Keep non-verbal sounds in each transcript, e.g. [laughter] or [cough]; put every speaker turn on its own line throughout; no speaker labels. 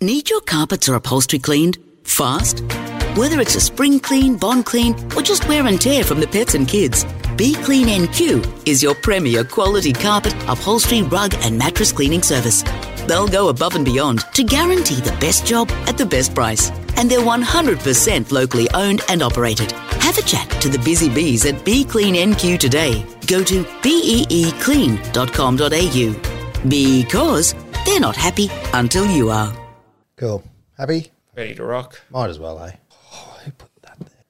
Need your carpets or upholstery cleaned? Fast? Whether it's a spring clean, bond clean, or just wear and tear from the pets and kids, Be Clean NQ is your premier quality carpet, upholstery, rug, and mattress cleaning service. They'll go above and beyond to guarantee the best job at the best price. And they're 100% locally owned and operated. Have a chat to the busy bees at Be Clean NQ today. Go to beeclean.com.au because they're not happy until you are.
Cool. Happy?
Ready to rock.
Might as well, eh? who put that there?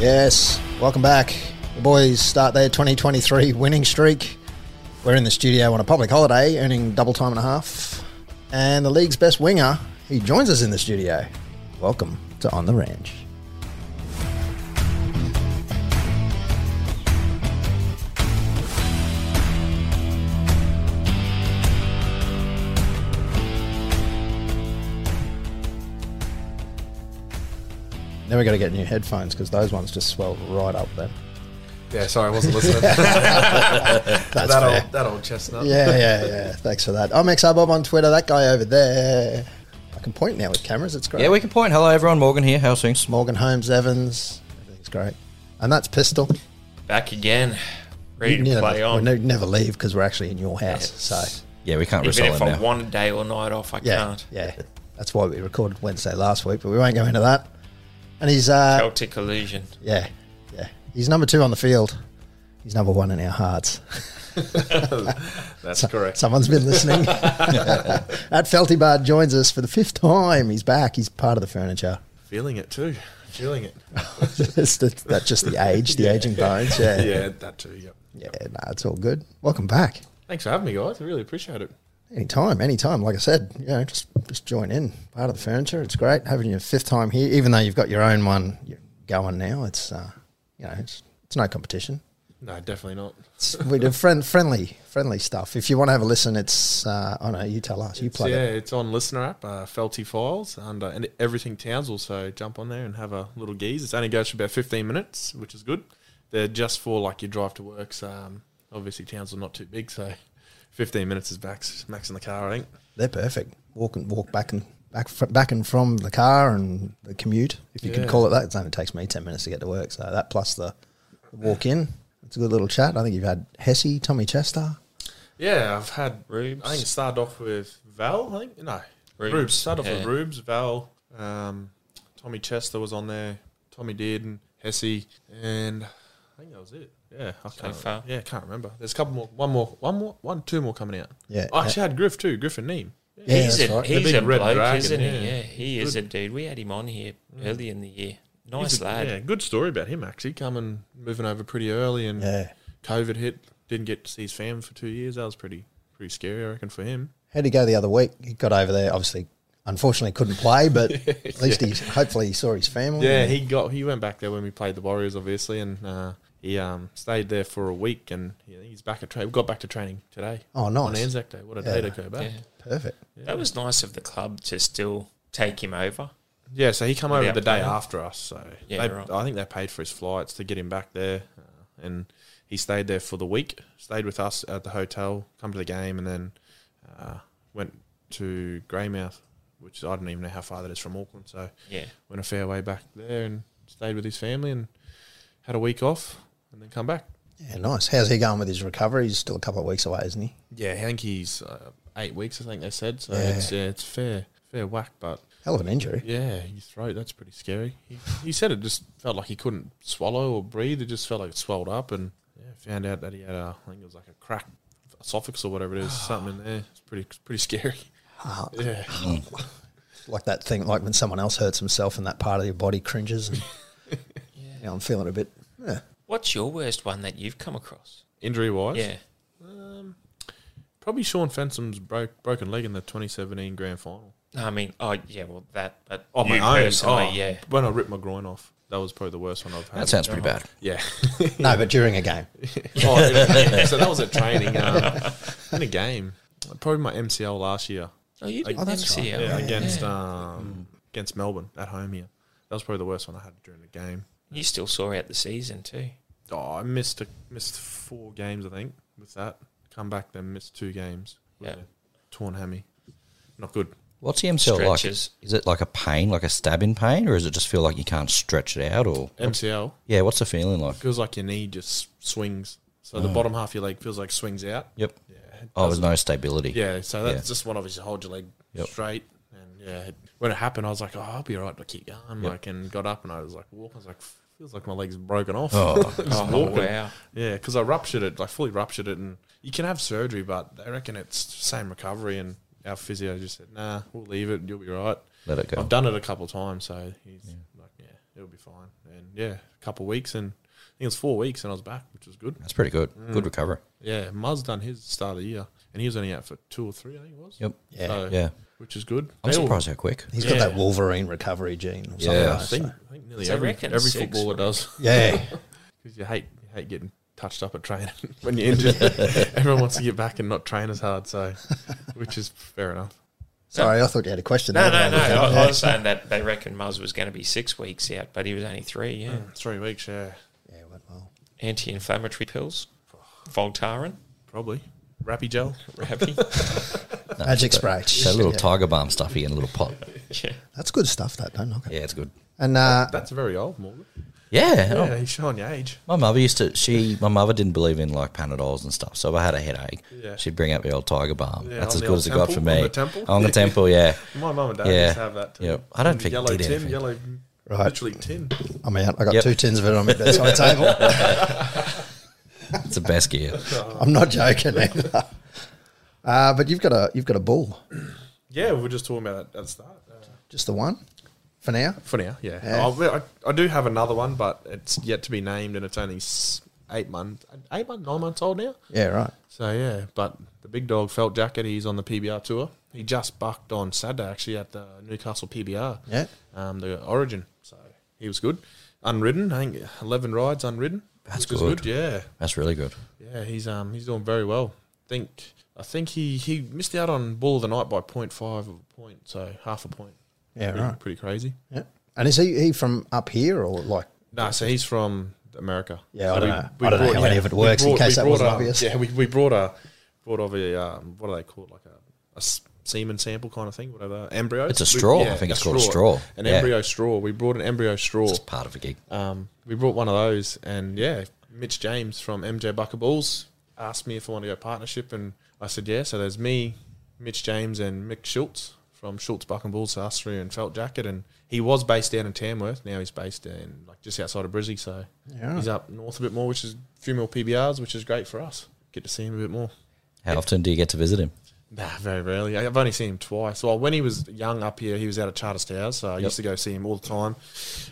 Yes, welcome back. The boys start their 2023 winning streak. We're in the studio on a public holiday, earning double time and a half. And the league's best winger, he joins us in the studio. Welcome to On the Ranch. Now we got to get new headphones because those ones just swelled right up then.
Yeah, sorry, I wasn't
[laughs]
listening. that,
That's fair.
old, that old chestnut.
Yeah, yeah, yeah. Thanks for that. I'm XR Bob on Twitter. That guy over there. I can point now with cameras. It's great.
Yeah, we can point. Hello, everyone. Morgan here. How things?
Morgan Holmes Evans. Everything's great. And that's Pistol.
Back again, ready
You
to
never-
play on.
We ne- never leave because we're actually in your house. So,
Yeah, we can't
Even
resolve
if I
now.
want a day or night off, I
yeah.
can't.
Yeah. That's why we recorded Wednesday last week, but we won't go into that. And he's, uh,
Celtic illusion.
yeah, yeah. He's number two on the field. He's number one in our hearts. [laughs]
That's correct.
Someone's been listening. At Felty Bard joins us for the fifth time. He's back. He's part of the furniture. [laughs]
Feeling it too. Feeling it.
It's the- that's just [laughs] the age, the aging bones. Yeah. Yeah,
[laughs] yeah, that too. Yep.
nah, it's all good. Welcome back.
Thanks for having me, guys. I really appreciate it.
Anytime, anytime. Like I said, you know, just just join in. Part of the furniture. It's great having your fifth time here, even though you've got your own one you're going now. It's uh, you know, it's, it's no competition.
No, definitely not.
It's, we do friend friendly friendly stuff. If you want to have a listen, it's uh, oh no, you tell us. You
So,
plug
yeah,
it.
it's on listener app, uh, Felty Files, under and everything Townsville. So jump on there and have a little geeze. It only goes for about fifteen minutes, which is good. They're just for like your drive to works. Um, obviously Townsville not too big, so fifteen minutes is max max in the car. I think.
They're perfect. Walk and walk back and back fr- back and from the car and the commute, if you could
Yeah.
call it that. It only takes me ten minutes to get to work, so that plus the, the walk in. It's a good little chat. I think you've had Hesse, Tommy Chester.
Yeah, I've had
Rubes.
I think it started off with Val. I think no,
Rubes,
Rubes. started off
yeah.
with Rubes, Val, um, Tommy Chester was on there, Tommy Dearden, Hesse, and I think that was it. Yeah, I can't.
far.
Yeah, I can't remember. There's a couple more. One more. One more. One. Two more coming out.
Yeah. uh,
I actually had Griff too. Griffin Neem.
Yeah,
he's
that's
a,
right.
The
he's
big
a
red
bloke,
dragon,
isn't he?
yeah.
Yeah, he is a dude. We had him on here early in the year. Nice
He's a-
lad.
Yeah, good story about him actually coming, moving over pretty early, and
Yeah.
COVID hit. Didn't get to see his fam for two years. That was pretty pretty scary, I reckon, for him.
How'd he go the other week? He got over there. Obviously, unfortunately, couldn't play,
[laughs]
but at least he hopefully he saw his family.
Yeah, he got he went back there when we played the Warriors, obviously, and uh, he um, stayed there for a week, and yeah, he's back at train. Got back to training today.
Oh,
On
nice.
Anzac Day, what a
Yeah.
day to go back.
Yeah.
Yeah,
perfect.
That was nice of the club to still take him over.
so he come over
Without
the day
playing.
after us. So
Yeah,
they,
right.
I think they paid for his flights to get him back there, uh, and he stayed there for the week. Stayed with us at the hotel. Come to the game, and then uh, went to Greymouth, which I don't even know how far that is from Auckland. So
Yeah.
went a fair way back there and stayed with his family and had a week off, and then come back.
Yeah, nice. How's he going with his recovery? He's still a couple of weeks away, isn't he?
Yeah, I think he's uh, eight weeks. I think they said so.
Yeah.
It's yeah, it's fair, fair whack. But
Hell of an injury.
yeah, your throat that's pretty scary. He, he said it just felt like he couldn't swallow or breathe. It just felt like it swelled up, and yeah, found out that he had a I think it was like a crack esophagus or whatever it is, something in there. It's pretty pretty scary. Yeah,
Like that thing, like when someone else hurts himself and that part of your body cringes.
[laughs]
And, yeah. I'm feeling a bit. Yeah.
What's your worst one that you've come across?
injury wise.
Yeah.
probably Sean Fensum's broke broken leg in the 2017 grand final.
No, I mean, oh, yeah, well, that, but
Oh,
you
my own.
personally,
Oh,
yeah.
When I ripped my groin off, that was probably the worst one I've had.
That sounds pretty bad.
Yeah. [laughs]
No, but during a game.
Oh, yeah. [laughs] so that was at training um, in a game. Probably my MCL last year.
Oh, you did
Oh, that's right.
MCL.
Yeah, against um, against Melbourne at home here. That was probably the worst one I had during the game.
You still saw out the season too.
Oh, I missed a, missed four games, I think, with that. Come back, then missed two games. with
Yeah.
a Torn hammy. Not good.
What's MCL
Stretches.
like? Is it like a pain, like a stabbing pain, or does it just feel like you can't stretch it out? Or
MCL
yeah, what's the feeling like?
feels like your knee just swings. So the bottom half of your leg feels like swings out.
Yep.
Yeah. it
Oh, there's
doesn't-
no stability.
Yeah, so that's
Yeah.
just one obviously hold your leg
Yep.
straight. And yeah, it- when it happened, I was like, oh, I'll be all right. I keep going. Like, and got up and I was like, walking. I was like, feels like my leg's broken off. [laughs] Just
Oh
walking.
wow!
Yeah, because I ruptured it, like fully ruptured it, and you can have surgery, but they reckon it's same recovery. And our physio just said, "Nah, we'll leave it. You'll be right."
Let it go.
I've done it a couple of times, so he's like, "Yeah, it'll be fine." And yeah, a couple of weeks, and I think it was four weeks, and I was back, which was good.
That's pretty good.
Mm.
Good recovery.
Yeah, Muzz done his start of the year, and he was only out for two or three, I think it was.
Yep.
Yeah.
So,
Yeah.
which is good.
I'm
They all-
surprised
[laughs]
how quick.
He's
Yeah.
got that Wolverine recovery gene or something.
Yeah.
I
like
think,
that.
I think nearly
So I
every
reckon
every
six
footballer
would-
does. [laughs]
Yeah.
[laughs]
Because you hate you hate getting touched up at training [laughs] when you're
[laughs]
injured. Everyone wants to get back and not train as hard, so which is fair enough.
Sorry, I thought you had a question.
No,
there,
no,
mate.
no. I,
Yeah.
I was uh, saying that they reckon Muzz was going to be six weeks out, but he was only three. Yeah,
Three weeks, yeah,
Yeah, it went well.
anti-inflammatory pills, Voltaren,
probably. Rappy gel.
Ravi.
Magic spray.
That little
Yeah.
tiger balm stuff you get in a little
[laughs]
pot.
yeah.
That's good stuff, that. Don't knock it.
Yeah, it's good.
And uh,
That's very old, Morgan.
Yeah. oh,
Yeah, he's showing your age.
My mother used to. She, my mother didn't believe in like panadols and stuff. So if I had a headache,
Yeah.
she'd bring out the old tiger balm.
Yeah, on
That's as
the
good
old
as it got for
temple, on
me.
the temple?
On the
[laughs]
temple, yeah.
My mum and dad
Yeah.
used to have that. Too.
Yep. I don't
The
think it
yellow
did
tin,
anything.
yellow,
Right.
literally tin.
I'm out. I got
Yep.
two tins of it on my
[laughs]
bedside table.
It's the best gear.
I'm not joking. Either. Uh, but you've got a you've got a bull,
Yeah, we were just talking about that at the start. Uh,
just the one, for now.
for now, yeah.
Yeah.
I'll- I, I do have another one, but it's yet to be named, and it's only s- eight months, eight months, nine months old now.
Yeah, right.
So yeah, but the big dog felt jacket. He's on the PBR tour. He just bucked on Saturday actually at the Newcastle PBR.
Yeah.
um, the Origin. So he was good, unridden. I think eleven rides unridden.
That's
which is
good.
Yeah,
That's really good.
yeah. He's um he's doing very well. Think I think he he missed out on ball of the night by 0.5 of a point, so half a point.
Yeah,
pretty,
right.
Pretty crazy.
Yeah. And is he he from up here or like?
No, so he's from America.
Yeah,
so
I don't know. I don't know how any of it
we
works in
brought-
case that
we brought
wasn't
a-
obvious.
Yeah, we, we brought a brought over a um, what are they called like a, a s- semen sample kind of thing, whatever embryo.
It's a straw. I think it's called a straw.
An
Yeah.
embryo straw. We brought an embryo straw.
It's part of a gig.
Um, we brought one of those, and yeah, Mitch James from MJ Buckaballs asked me if I want to go partnership, and I said yeah. So there's me, Mitch James, and Mick Schultz from Schultz Buckaballs, so us three in felt jacket, and he was based down in Tamworth. Now he's based in like just outside of Brizzy, so
Yeah.
he's up north a bit more, which is a few more PBRs, which is great for us. Get to see him a bit more.
How often do you get to visit him?
Nah, very rarely. I- I've only seen him twice. Well, when he was young up here, he was out of Charterstown, so I used to go see him all the time.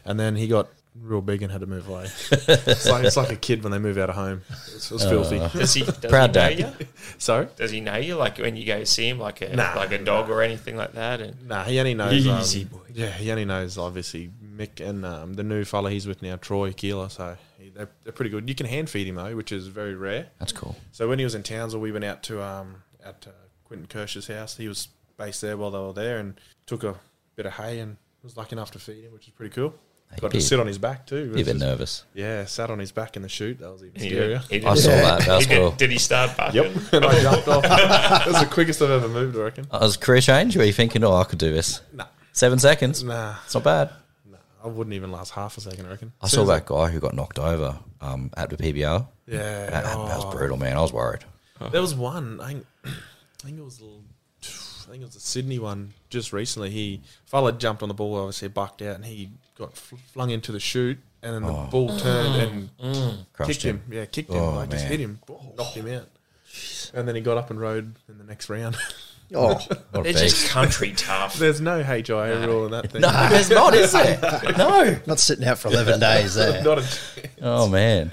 And then he got real big and had to
[laughs]
move away. it's, like, it's like a kid when they move out of home. It's, it's [laughs] filthy.
Does he? Does
Proud
he know
dad.
you?
So,
Does he know you? Like when you go see him, like a
Nah.
like a dog or anything like that? And
nah, he only knows. um,
Easy boy.
Yeah, he only knows, obviously, Mick and um, the new fella he's with now, Troy Keeler. So he, they're, they're pretty good. You can hand feed him, though, which is very rare.
That's cool.
So when he was in Townsville, we went out to um, at uh, Quentin Kirsch's house. He was based there while they were there, and took a bit of hay and was lucky enough to feed him, which is pretty cool.
Hey,
Got
bit-
to sit on his back too. which
You're a bit
is-
nervous.
Yeah, sat on his back in the chute. That was even
he,
scarier.
he did,
I saw that. That
he
was cool.
did, did he start barking?
Yep, [laughs] and I jumped off. That was the quickest I've ever moved, I reckon.
I was Uh, career change. Were you thinking, oh, I could do this?
Nah,
Seven seconds.
nah,
It's not bad.
nah. I wouldn't even last half a second, I reckon.
I saw that guy who got knocked over um, at the PBR.
Yeah,
That, that
oh.
was brutal, man. I was worried.
There was one. I think, [clears throat] I think it was. the- I think it was the Sydney one just recently. He fella jumped on the ball, obviously bucked out, and he got fl- flung into the chute, and then the ball turned
Mm.
and
Oh. Crushed
kicked him. Yeah, kicked
Oh,
him. Like just
man.
hit him, boom, knocked him out. And then he got up and rode in the next round. [laughs]
Oh,
[laughs]
What a
They're
beast.
just
[laughs]
country tough.
There's no HIA rule in that thing.
No, there's not,
[laughs]
is there? No.
not sitting out for eleven days there.
Not a,
Oh, man.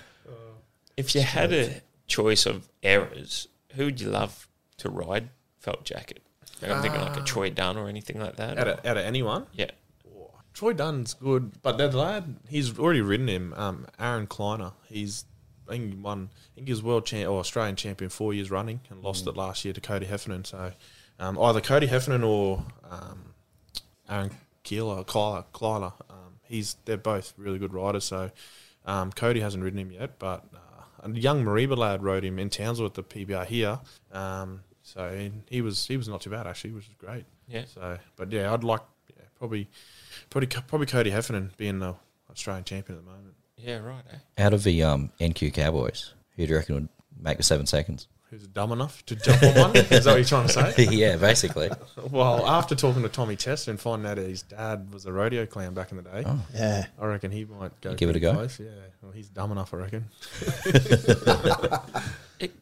If you had a choice of errors, who would you love to ride felt jacket? Like I'm thinking like a Troy Dunn or anything like that.
out, of, out of anyone.
yeah.
Troy Dunn's good, but that lad, he's already ridden him. Um, Aaron Kleiner, he's I think he won, I think he was world champ or Australian champion four years running and lost it last year to Cody Heffernan. So um, either Cody Heffernan or um, Aaron Keeler, Kyler, Kleiner, um, he's they're both really good riders. So um, Cody hasn't ridden him yet, but uh, a young Mariba lad rode him in Townsville at the PBR here. Um, so and he was he was not too bad actually, which was great.
Yeah.
So, but yeah, I'd like yeah, probably probably probably Cody Heffernan being the Australian champion at the moment.
Yeah, right. Eh?
Out of the um, NQ Cowboys, who do you reckon would make the seven seconds?
Who's dumb enough to jump on one? Is that what you're trying
[laughs]
to say?
yeah, basically.
Well, after talking to Tommy Chester and finding out that his dad was a rodeo clown back in the day,
Yeah.
I reckon he might go
Give it
pretty
a go?
Close. Yeah, well, he's dumb enough, I reckon.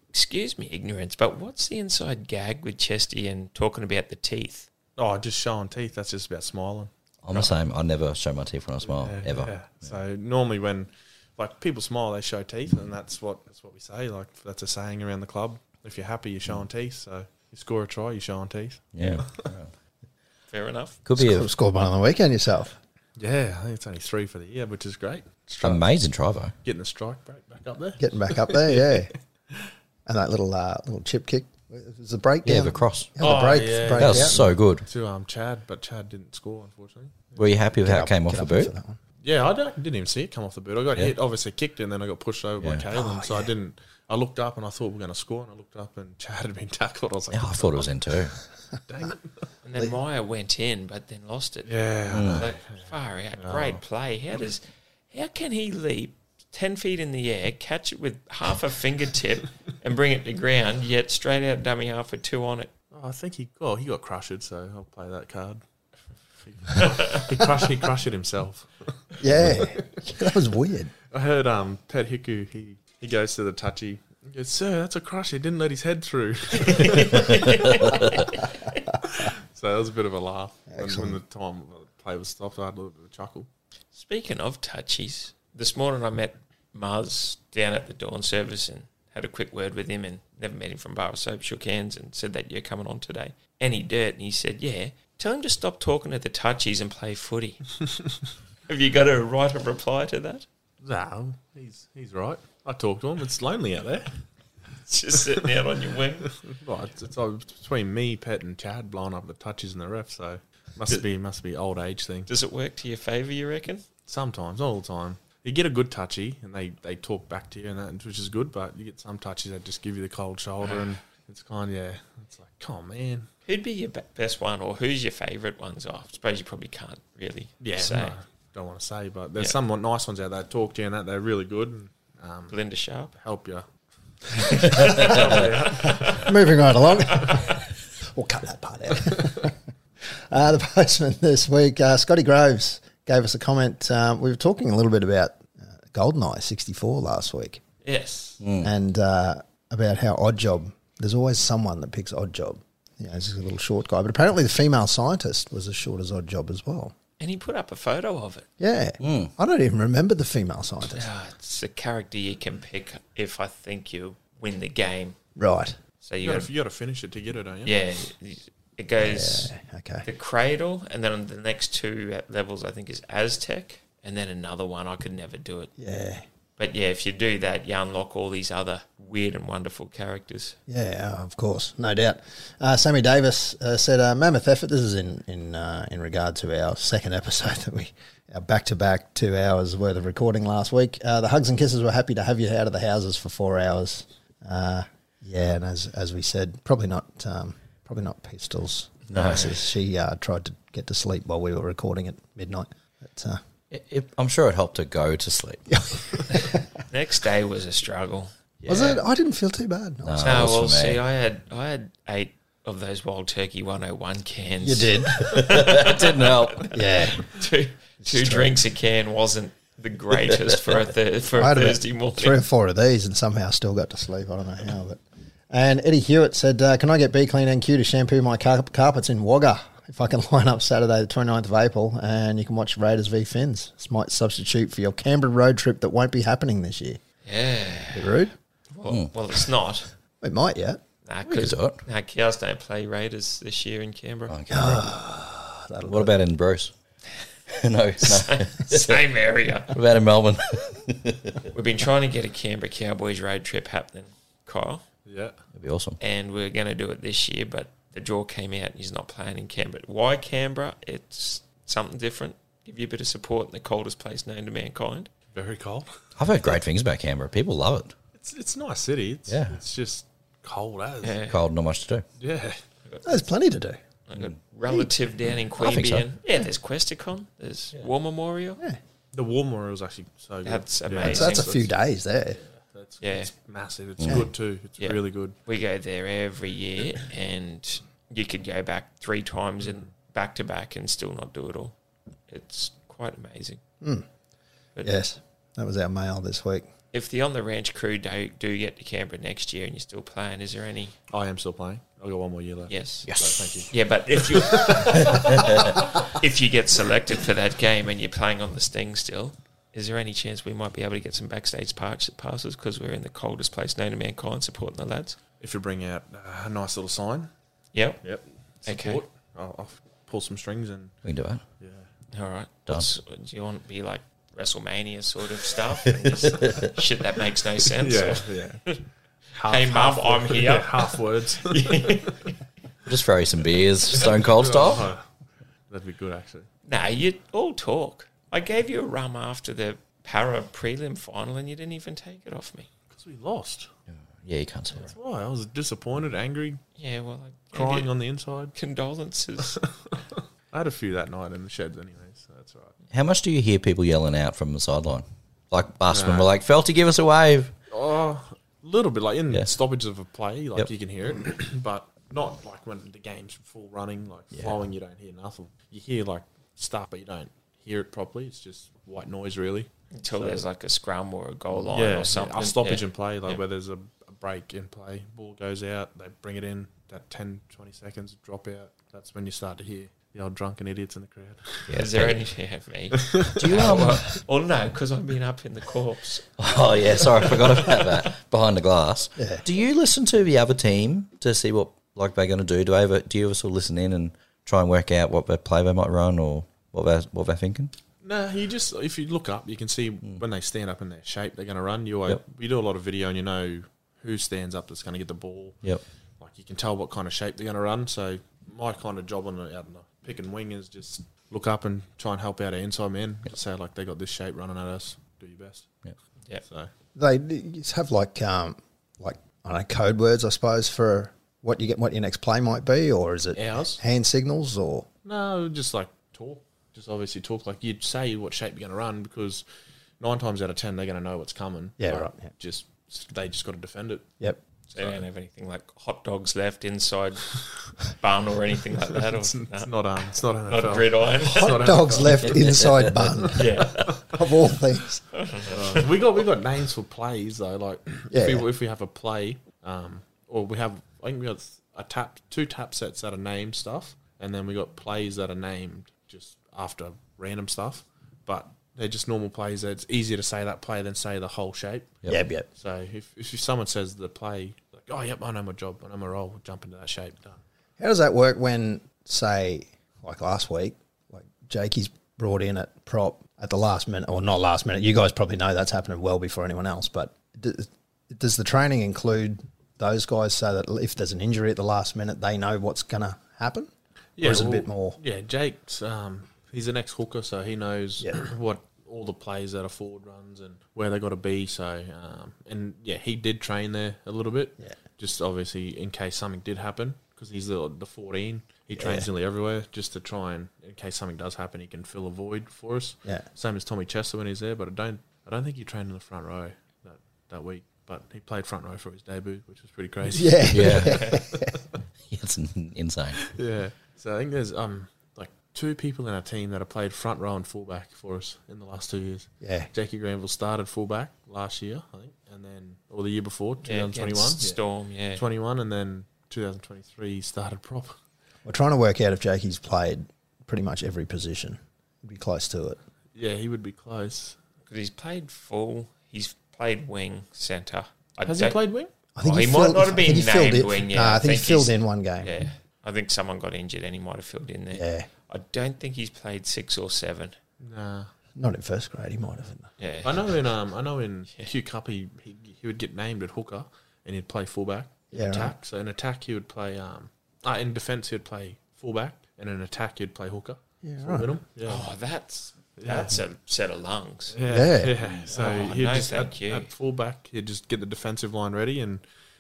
Excuse me, ignorance, but what's the inside gag with Chesty and talking about the teeth?
Oh, just showing teeth. That's just about smiling.
I'm the same. I never show my teeth when I smile,
Yeah,
ever.
yeah. So normally when like people smile, they show teeth, and that's what that's what we say. Like that's a saying around the club. If you're happy, you're showing teeth. So you score a try, you're showing teeth.
Yeah.
Fair enough.
Could be an
Scored- Scored one on the weekend yourself.
Yeah, I think it's only three for the year, which is great.
amazing try, though.
Getting the strike break back up there.
Getting back up there, yeah. And that little uh, little chip kick. It was a breakdown.
Yeah, the cross.
Yeah, the
Oh,
break,
yeah.
break
That was
out.
so good.
To um Chad, but Chad didn't score unfortunately.
Were you happy with how
Up-
it came off
get
the
up
boot?
for that one.
Yeah, I don't- didn't even see it come off the boot. I got hit, obviously kicked, and then I got pushed over by
Yeah.
Caelan. so I didn't. I looked up and I thought we are going to score, and I looked up and [laughs] Chad had been tackled. I was like,
Oh, I thought it was in two.
dang it.
And then Maya went in, but then lost it.
Yeah. I know.
Like, far out. Great play. How does? How can he leap ten feet in the air, catch it with half a fingertip, and bring it to ground? Yet straight out dummy half with two on it.
Oh, I think he. Oh, he got crushed, so I'll play that card. [laughs] he crushed. He crushed it himself.
Yeah. [laughs] that was weird.
I heard um Pat Hiku. He he goes to the touchy. He goes, sir, that's a crush. He didn't let his head through. [laughs] so that was a bit of a laugh. And when the time the play was stopped, I had a little bit of a chuckle.
Speaking of touchies, this morning I met Mars down at the dawn service and had a quick word with him and never met him from bar of soap, shook hands and said that you're coming on today. And he did, and he said, Yeah, tell him to stop talking to the touchies and play footy. Have you got a right of reply to that?
No, he's he's right. I talked to him. It's lonely out [laughs] there.
It's just sitting out on your wing.
Well, it's, it's, all- it's between me, Pat, and Chad blowing up the touches and the ref. So must be must be old age thing.
Does it work to your favour, you reckon?
Sometimes, not all the time. You get a good touchy, and they, they talk back to you, and that which is good. But you get some touches that just give you the cold shoulder, [sighs] and it's kind of yeah. It's like, come on, man.
Who'd be your be- best one, or who's your favourite ones? Oh, I suppose you probably can't really say.
no, don't want to say, but there's
Yeah.
some nice ones out there that talk to you, and that they're really good and um,
Linda Sharp.
help you.
Moving right along. [laughs] we'll cut that part out. [laughs] uh, the postman this week, uh, Scotty Groves, gave us a comment. Um, we were talking a little bit about uh, Goldeneye 64 last week
Yes.
and uh, about how odd job, there's always someone that picks odd job. You know, he's a little short guy, but apparently the female scientist was as short as odd job as well.
And he put up a photo of it.
Yeah. I don't even remember the female scientist.
Ah, it's a character you can pick if I think you win the game.
Right.
So you
You got
got
to you got to finish it to get it, don't you?
yeah, it goes the
Okay.
cradle, and then the next two levels I think is Aztec, and then another one. I could never do it.
Yeah.
But yeah, if you do that, you unlock all these other weird and wonderful characters.
Yeah, uh, of course, no doubt. Uh, Sammy Davis uh, said, uh, "Mammoth effort." This is in in uh, in regard to our second [laughs] episode that we our back to back two hours worth of recording last week. Uh, the hugs and kisses were happy to have you out of the houses for four hours. Uh, yeah, and as as we said, probably not um, probably not pistols. No, she uh, tried to get to sleep while we were recording at midnight. But, uh,
It, it- I'm sure it helped her go to sleep.
Next day was a struggle.
Was it? I didn't feel too bad.
No,
No,
it was for
Oh, well,
me.
see, I had I had eight of those Wild Turkey 101 cans.
You did, [laughs]
It didn't help.
yeah.
[laughs] two two drinks a can wasn't the greatest for a thir- for
I
a
had about
Thursday morning.
three or four of these and somehow still got to sleep. I don't know how, but. And Eddie Hewitt said, uh, "Can I get B Clean NQ to shampoo my car- carpets in Wagga if I can [laughs] line up Saturday the 29th of April and you can watch Raiders v Finns? This might substitute for your Canberra road trip that won't be happening this year."
Yeah.
Bit rude.
Well, well it's not.
[laughs]
It might yet.
Nah,
Hmm. could
because
do it.
nah, cows don't play Raiders this year in Canberra.
Okay. what about in Bruce? [laughs] no, no. [laughs]
[laughs]
What
Same area.
about in Melbourne? [laughs]
We've been trying to get a Canberra Cowboys road trip happening, Kyle,
yeah.
That'd be awesome.
and we're going to do it this year, but the draw came out and he's not playing in Canberra. Why Canberra? It's something different. give you a bit of support in the coldest place known to mankind.
Very cold. [laughs]
I've heard great things about Canberra. People love it.
It's it's a nice city. It's,
Yeah.
It's just cold as.
Yeah.
Cold, not much to do.
Yeah.
There's plenty to do.
I got relative down in
I think so.
Queanbeyan. Yeah, there's Questacon. There's War Memorial.
Yeah.
The War Memorial is actually so good.
That's
Yeah.
amazing.
So that's a few days there.
That's,
Yeah.
It's massive. It's good too. It's
Yeah.
really good.
We go there every year, and you could go back three times and back to back and still not do it all. It's quite amazing. But
Yes. That was our mail this week.
If the on the ranch crew do, do get to Canberra next year and you're still playing, is there any?
I am still playing. I've got one more year left.
Yes.
So thank you.
Yeah, but if you [laughs] if you get selected for that game and you're playing on the Sting still, is there any chance we might be able to get some backstage parts passes because we're in the coldest place known to mankind, supporting the lads?
If you bring out uh, a nice little sign.
Yep.
Yep.
Okay.
Support. I'll, I'll pull some strings and
We can do it.
yeah.
All right.
Done.
What's- do you want to be like WrestleMania sort of stuff? And
[laughs]
just shit that makes no sense.
[laughs] yeah.
Hey, Mum, I'm
word-
here.
yeah, half
[laughs]
words. [laughs]
Just throw you some beers, stone
[laughs]
cold style.
Oh, That'd be good actually.
Nah, you all talk. I gave you a rum after the para prelim final and you didn't even take it off me.
Because we lost.
Yeah, you can't celebrate.
Why? I was disappointed, angry,
Yeah, well, I gave
crying
you
on the
[laughs]
inside. [laughs]
condolences.
I had a few that night in the sheds anyway, so that's all right.
How much do you hear people yelling out from the sideline? Like us when we're like, Felty, give us
[laughs]
a wave.
Oh, a little bit like in
Yeah.
stoppage of a play, like
Yep.
you can hear it, [clears throat] but not like when the game's full running, like flowing. You don't hear nothing. You hear like stuff, but you don't hear it properly. It's just white noise, really.
Until there's like a scrum or a goal line or something.
A stoppage
Yeah.
and play, like
Yeah.
where there's a, a break in play, ball goes out, they bring it in. That 10, 20 seconds drop out. That's when you start to hear the old drunken idiots in the crowd. [laughs]
Yeah,
Is there
but-
any [laughs] yeah, me?
Do you, um,
oh no, because I've been up in the
[laughs]
corpse.
oh, yeah, sorry, I forgot about that. Behind the glass.
Yeah.
Do you listen to the other team to see what like they're going to do? Do, they ever, do you ever sort of listen in and try and work out what their play they might run or what they're, what they're thinking?
No, you just if you look up, you can see when they stand up in their shape, they're going to run. You
Yep.
you do a lot of video, and you know who stands up that's going to get the ball.
Yep.
like you can tell what kind of shape they're going to run. So my kind of job on the out in the pick and wing is just look up and try and help out our inside men. Say like they got this shape running at us. Do your best.
Yep.
Yeah.
So
They d- have like um like I don't know code words I suppose for what you get what your next play might be or is it
Ours?
hand signals or
no, just like talk, just obviously talk. Like you'd say what shape you're going to run because nine times out of ten they're going to know what's coming.
Yeah,
But
right, yeah.
Just they just got to defend it.
yep
So they don't have anything like hot dogs left inside
[laughs]
bun or anything like that. Or,
It's,
nah,
it's not um, it's not NFL.
not gridiron.
It's not
dogs [laughs] left inside bun
[laughs]
[laughs]
yeah.
of all things
we got we got names for plays though. Like [clears throat]
Yeah.
if, we, if we have a play, um, or we have I think we got a tap two tap sets that are named stuff, and then we got plays that are named just after random stuff, but they're just normal plays. That it's easier to say that play than say the whole shape.
yep yep
So if if someone says the play, like oh yep, I know my job, I know my role, we'll jump into that shape. Done.
how does that work when say like last week like Jakey's brought in at prop at the last minute or not last minute you guys probably know that's happening well before anyone else but d- does the training include those guys so that if there's an injury at the last minute they know what's gonna happen or is it a bit more
Yeah, Jake's um, he's an ex hooker, so he knows
Yeah.
[clears throat] what all the plays that are forward runs and where they got to be. So um, and yeah, he did train there a little bit.
Yeah.
just obviously in case something did happen because he's the the fourteen. He trains nearly everywhere just to try and in case something does happen, he can fill a void for us.
Yeah.
same as Tommy Chester when he's there, but I don't I don't think he trained in the front row that that week. But he played front row for his debut, which was pretty crazy.
[laughs] yeah
Yeah. [laughs] it's in- insane.
Yeah. So I think there's um like two people in our team that have played front row and fullback for us in the last two years.
Yeah.
Jackie Granville started fullback last year, I think, and then or the year before,
yeah
2021.
against Storm, yeah.
Yeah. 21 and then 2023 he started prop.
We're trying to work out if Jakey's played pretty much every position. Would be close to it.
[laughs] Yeah, he would be close.
Because he's played full, he's played wing, centre. I
Has he
don't-
played wing?
I think
Oh, he might
filled-
not have
I think
been
he filled
named
it.
wing, yeah,
Nah, I,
I
think,
think
he filled
he's-
in one game.
Yeah. I think someone got injured and he might have filled in there.
Yeah.
I don't think he's played six or seven.
Nah.
Not in first grade, he might have.
Yeah.
I know in um I know in Q Cup he, he he would get named at hooker and he'd play fullback.
Yeah,
Attack.
right.
So in attack he would play um uh, in defence he'd play fullback and in attack he'd play hooker.
Yeah,
So
right.
middle. Yeah.
Oh, that's That's a set of lungs.
Yeah.
So
Oh,
he'd
no,
just at,
thank you.
at fullback, he'd just get the defensive line ready and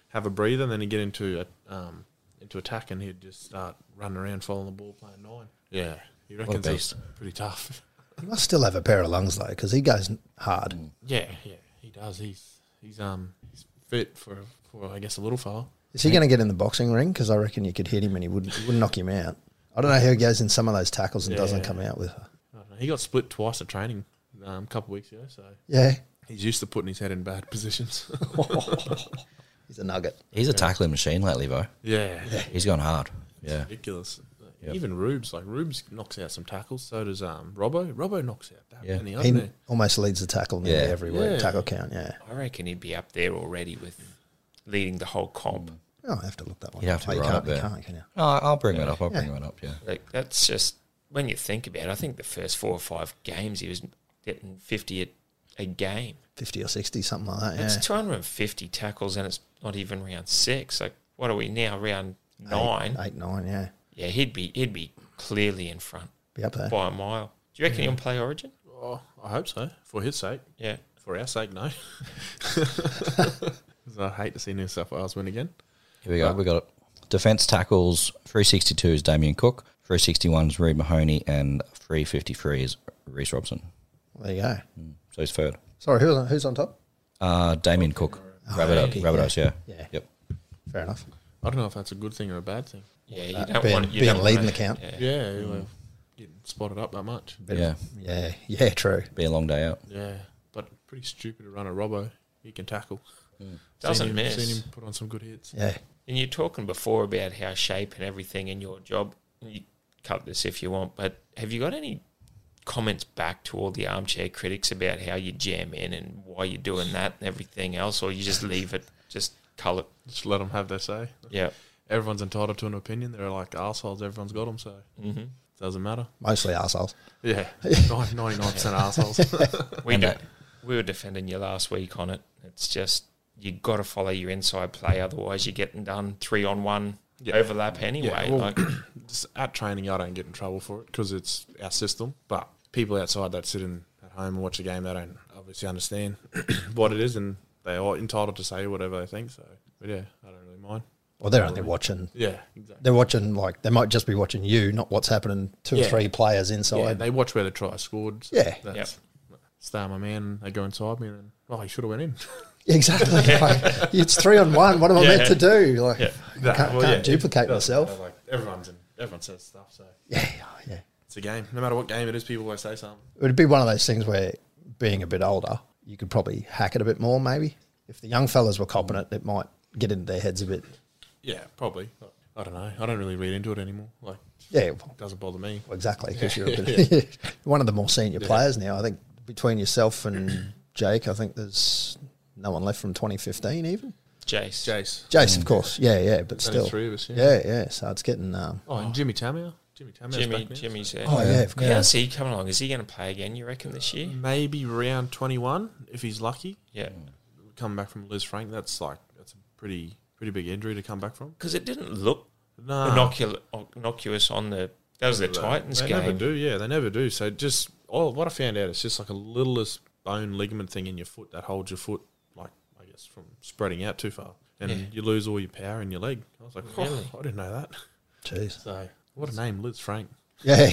have a breather, and then he'd get into a, um, into attack, and he'd just start running around, following the ball, playing nine. Yeah, he reckons
beast.
that's pretty tough. [laughs]
He must still have a pair of lungs though, because he goes hard.
Mm.
yeah, yeah, he does. He's he's um he's fit for for I guess a little fella.
Is he going to get in the boxing ring? Because I reckon you could hit him and he wouldn't he wouldn't knock him out. I don't know how he goes in some of those tackles and doesn't
Yeah.
come out with her.
I don't know. He got split twice at training um, a couple of weeks ago, so
Yeah,
he's used to putting his head in bad [laughs] positions.
he's a nugget.
He's a tackling machine lately, though.
yeah,
He's gone hard. Yeah.
ridiculous. Like,
Yep.
Even Rubes, like Rubes knocks out some tackles. So does um Robbo. Robbo knocks out that
Yeah.
many
He
other.
almost leads the tackle nearly
Yeah.
every week.
Yeah.
Tackle count, yeah.
I reckon he'd be up there already with leading the whole comp.
Oh, I have to look that one.
You'd have to
Oh,
be
you
right
can't,
up there.
You can't, can you?
Oh, I'll bring that up. I'll bring that up. Yeah.
Like that's just when you think about it. I think the first four or five games he was getting fifty a, a game.
Fifty or sixty, something like that.
That's
yeah.
two hundred and fifty tackles, and it's not even round six. Like what are we now? Round nine.
eight, nine, yeah.
Yeah, he'd be he'd be clearly in front
Be up there.
by a mile. Do you reckon he'll play Origin?
Oh, I hope so. For his sake,
Yeah.
for our sake,
[laughs]
no. 'Cause I hate to see New South Wales win again.
Here we go. We got it. Defense tackles 362 is Damien Cook, 361 is Reed Mahoney, and 353 is Reese Robson.
There you go.
So he's third.
Sorry, who's on, who's on top?
Uh, Damien Cook, Rabbit,
okay,
Rabbitohs, Oh, yeah.
yeah.
Yep.
Fair enough.
I don't know if that's a good thing or a bad thing.
Yeah, you
Uh,
don't
being-
want you
being
don't
leading
wanna-
the count.
Yeah.
Yeah,
Mm.
well, getting spotted up that much.
yeah.
Yeah, yeah, true.
Be a long day out.
Yeah, but pretty stupid to run a Robbo. He can tackle.
Doesn't
seen him,
miss.
Seen him put on some good hits.
Yeah,
And you're talking before about how shape and everything in your job. You cut this if you want, but have you got any comments back to all the armchair critics about how you jam in and why you're doing that and everything else, or you just leave it, just cull it?
Just let them have their say.
Yeah,
Everyone's entitled to an opinion. They're like assholes. Everyone's got them, so
mm-hmm.
doesn't matter.
mostly arseholes. [laughs]
Yeah, ninety nine percent assholes.
we
And
do,
that-
we were defending you last week on it. It's just you got to follow your inside play, otherwise you're getting done three on one overlap anyway.
well,
like,
just at training, I don't get in trouble for it because it's our system. But people outside that sit in at home and watch a game, they don't obviously understand [clears throat] what it is, and they are entitled to say whatever they think. So, but yeah, I don't really mind.
Well, they're only watching.
Yeah, exactly.
They're watching like they might just be watching you, not what's happening. Two or
Yeah.
three players
yeah,
inside.
they watch where the try is scored. so
Yeah.
that's star my man. and They go inside me, and oh, he should have
[laughs]
went in. [laughs]
Exactly. Like, it's three on one. What am I
Yeah.
meant to do? Like, I
Nah,
can't,
well,
can't
yeah,
duplicate
it doesn't matter,
myself.
Like everyone's in, everyone says stuff, so
Yeah, yeah.
it's a game. No matter what game it is, people always say something.
It would be one of those things where, being a bit older, you could probably hack it a bit more. Maybe if the young fellas were copping it, it might get into their heads a bit.
Yeah, probably. But I don't know. I don't really read into it anymore. Like,
Yeah, well,
doesn't bother me.
exactly. Because you're a bit, [laughs] one of the more senior players now. I think between yourself and Jake, I think there's no one left from 2015 even.
Jace,
Jace.
Jace, of course. Yeah, yeah, but
Only
still.
three of us, yeah.
Yeah, yeah. So it's getting. Um,
Oh, and Jimmy Tamir. Jimmy Tamir.
Jimmy, Jimmy's there.
oh yeah, of course.
Yeah, I see you coming along. Is he going to play again? You reckon this year?
Maybe round 21, if he's lucky.
Yeah,
Coming back from Liz Frank, that's like, that's a pretty, pretty big injury to come back from.
because it didn't look
No.
innocu- innocuous on the that was the Titans
Ah. they
game.
never do, yeah, they never do. So just, oh, what I found out, it's just like a littlest bone ligament thing in your foot that holds your foot, like, I guess, from spreading out too far. And
Yeah.
you lose all your power in your leg. I was like, oh,
Really?
I didn't know that.
Jeez.
So, what a name, Liz Frank.
Yeah.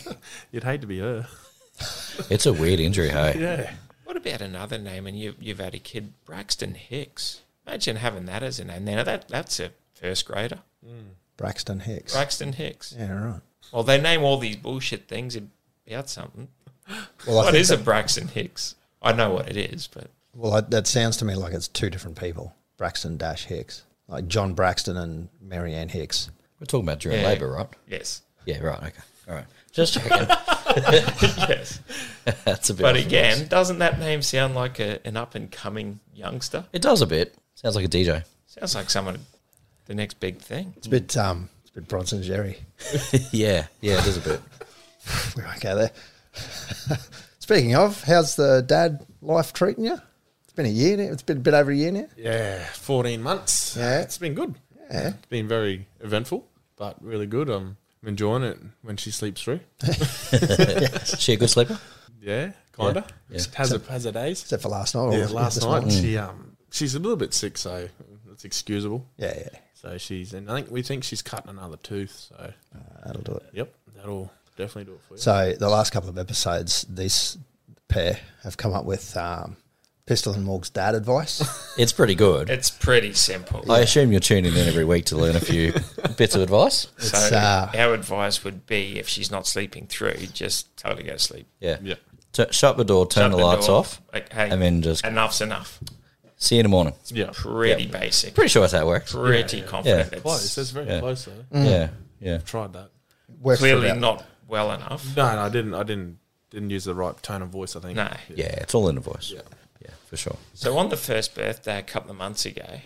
[laughs]
You'd hate to be her.
It's a weird injury, hey?
Yeah.
What about another name? And you, you've had a kid, Braxton Hicks. Imagine having that as a name. Now that that's a first grader,
Braxton Hicks.
Braxton Hicks.
yeah, right.
Well, they name all these bullshit things about something.
Well, I
what
think
is a Braxton Hicks? I know what it is, but
Well, I, that sounds to me like it's two different people. Braxton Dash Hicks, like John Braxton and Marianne Hicks.
We're talking about during
Yeah.
Labour, right?
yes,
Yeah, right. Okay. All right. [laughs] Just checking.
yes.
That's a
[laughs]
bit.
But
off the
again,
marks.
doesn't that name sound like a, an up and coming youngster?
it does a bit. Sounds like a DJ.
Sounds like someone, the next big thing.
It's a bit, um, it's a bit Bronson's Jerry.
yeah. Yeah, it does a bit.
We're okay there. [laughs] Speaking of, how's the dad life treating you? It's been a year now. It's been a bit over a year now.
Yeah, 14 months.
Yeah.
It's been good. Yeah. It's been very eventful, but really good. I'm enjoying it when she sleeps through.
Is she a good sleeper?
Yeah, kinda.
Yeah, yeah.
Has a has a days.
Except for last night. or
Yeah, last
this
night
morning.
she um she's a little bit sick, so that's excusable.
Yeah, yeah.
So she's and I think we think she's cutting another tooth. So
That'll do it.
yep, that'll definitely do it for you.
So the last couple of episodes, this pair have come up with um, Pistol and Morg's dad
[laughs]
advice.
It's pretty good.
It's pretty simple.
I assume you're tuning in every week to learn a [laughs] few bits of advice.
so
It's, uh,
our advice would be if she's not sleeping through, just tell her to go to sleep.
Yeah.
yeah,
T- shut the door, turn
Shut
the, lights
door.
off.
Like, hey,
and then just-
enough's enough.
See you in the morning.
yeah.
Pretty basic.
Pretty sure that's how it works.
Pretty confident.
Yeah.
It's
Close. That's very
Yeah.
close. Though.
Yeah. Yeah.
Tried that.
Worked for
clearly
about-
not well enough.
No, no, I didn't. I didn't. Didn't use the right tone of voice. I think.
No.
Yeah. It's all in the voice. Yeah. for sure.
So on the first birthday a couple of months ago,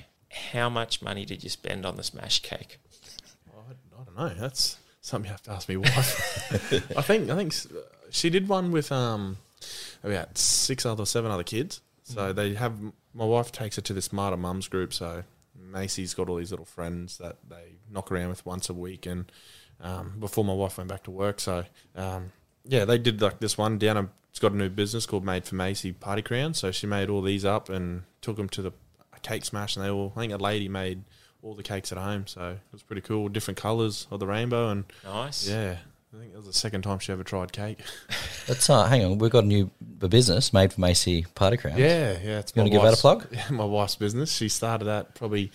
how much money did you spend on the smash cake?
I don't know. That's something you have to ask me wife. I think I think s- she did one with um about six other seven other kids. So they have my wife takes her to the smarter mums group. So Macy's got all these little friends that they knock around with once a week. And um, before my wife went back to work, so um, yeah, they did like this one down. A, it's got a new business called Made for Macy Party Crown. So she made all these up and took them to the cake smash, and they all I think a lady made all the cakes at home. So it was pretty cool, different colours of the rainbow, and
Nice.
yeah, I think that was the second time she ever tried cake.
That's uh, hang on. We've got a new b- business made for Macy Party Crowns.
Yeah, yeah. It's
You
my
wanna give that a
wife's-
plug?
Yeah, [laughs] my wife's business. She started that probably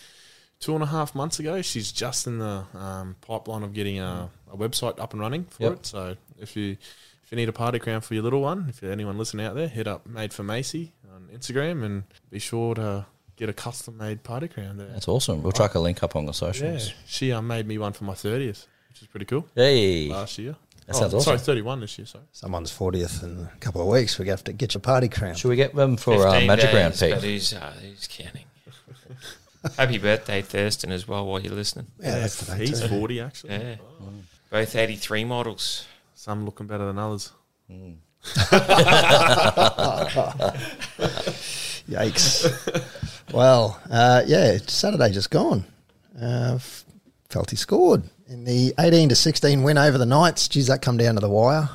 two and a half months ago. She's just in the um, pipeline of getting a, a website up and running for
Yep.
it. So if you if you need a party crown for your little one, if you're anyone listening out there, hit up Made for Macy on Instagram and be sure to get a custom made party crown there.
That's awesome. We'll chuck a link up on the
yeah,
socials.
she uh, made me one for my thirtieth, which is pretty cool.
Hey.
Last year. Oh,
That sounds
Sorry,
awesome.
thirty-one this year. Sorry.
Someone's 40th in a couple of weeks. We have to get your party crown.
Should we get them for uh,
15
Magic
days,
Round,
But
Pete?
who's, uh, who's counting? Happy birthday, Thurston, as well, while you're listening.
Yeah, that's the thing.
He's
too.
forty actually.
Yeah. Both 83 models.
Some looking better than others.
Yikes. well, uh, yeah, it's Saturday just gone. Uh, F- Felty scored in the 18 to 16 win over the Knights. Geez, that come down to the wire.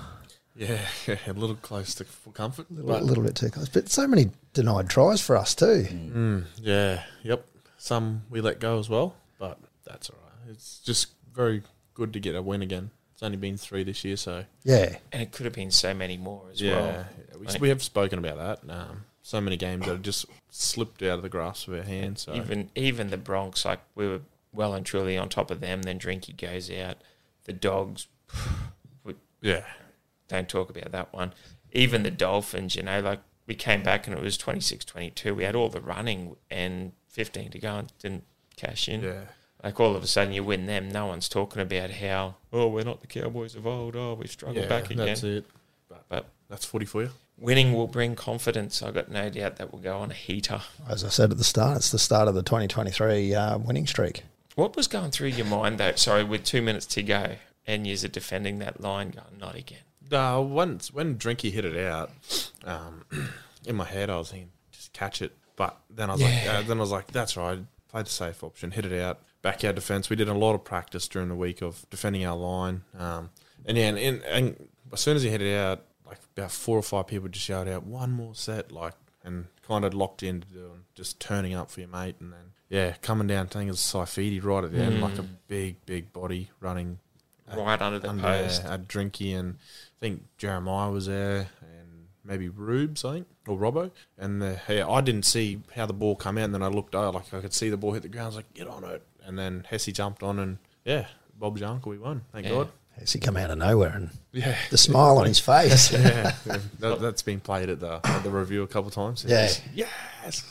Yeah, [laughs] a little close to full comfort.
A
but-
little, little bit too close. But so many denied tries for us, too.
Mm. yeah, yep. Some we let go as well, but that's all right. It's just very good to get a win again. It's only been three this year, so
Yeah.
And it could have been so many more as well.
yeah, we,
Like,
we have spoken about that. Um, so many games that have just slipped out of the grasp of our hands. So
even even the Bronx, like we were well and truly on top of them. Then Drinky goes out. The dogs, we
yeah,
don't talk about that one. Even the Dolphins, you know, like we came back and it was 26-22. We had all the running and fifteen to go and didn't cash in.
yeah,
Like all of a sudden you win them. No one's talking about how oh we're not the Cowboys of old. Oh we've struggled
yeah.
back again.
That's it.
But
That's footy for you.
winning will bring confidence. I got no doubt that will go on a heater.
As I said at the start, it's the start of the 2023 uh, winning streak.
What was going through your mind though? Sorry, with two minutes to go, and you're defending that line, going not again.
No, once when Drinky hit it out, um, [clears throat] in my head I was thinking, just catch it. But then I was like, uh, then I was like, that's right. Play the safe option, hit it out, back our defense. We did a lot of practice during the week of defending our line. Um, and yeah, and, and, and as soon as he hit it out, like about four or five people just shouted out one more set, like and kind of locked into doing just turning up for your mate, and then yeah, coming down. I think it was Saifidi right at the end, like a big, big body running
Right under the
under
post.
uh, Drinky and I think Jeremiah was there and maybe Rubes, I think, or Robbo. And the, yeah, I didn't see how the ball come out. And then I looked over, like I could see the ball hit the ground. I was like, get on it. And then Hesse jumped on and yeah, Bob's your uncle, we won. Thank
Yeah. [laughs]
God.
As he come out of nowhere and
Yeah.
the smile on his face.
[laughs] Yeah, that, that's been played at the at the review a couple of times.
Yeah.
Yes.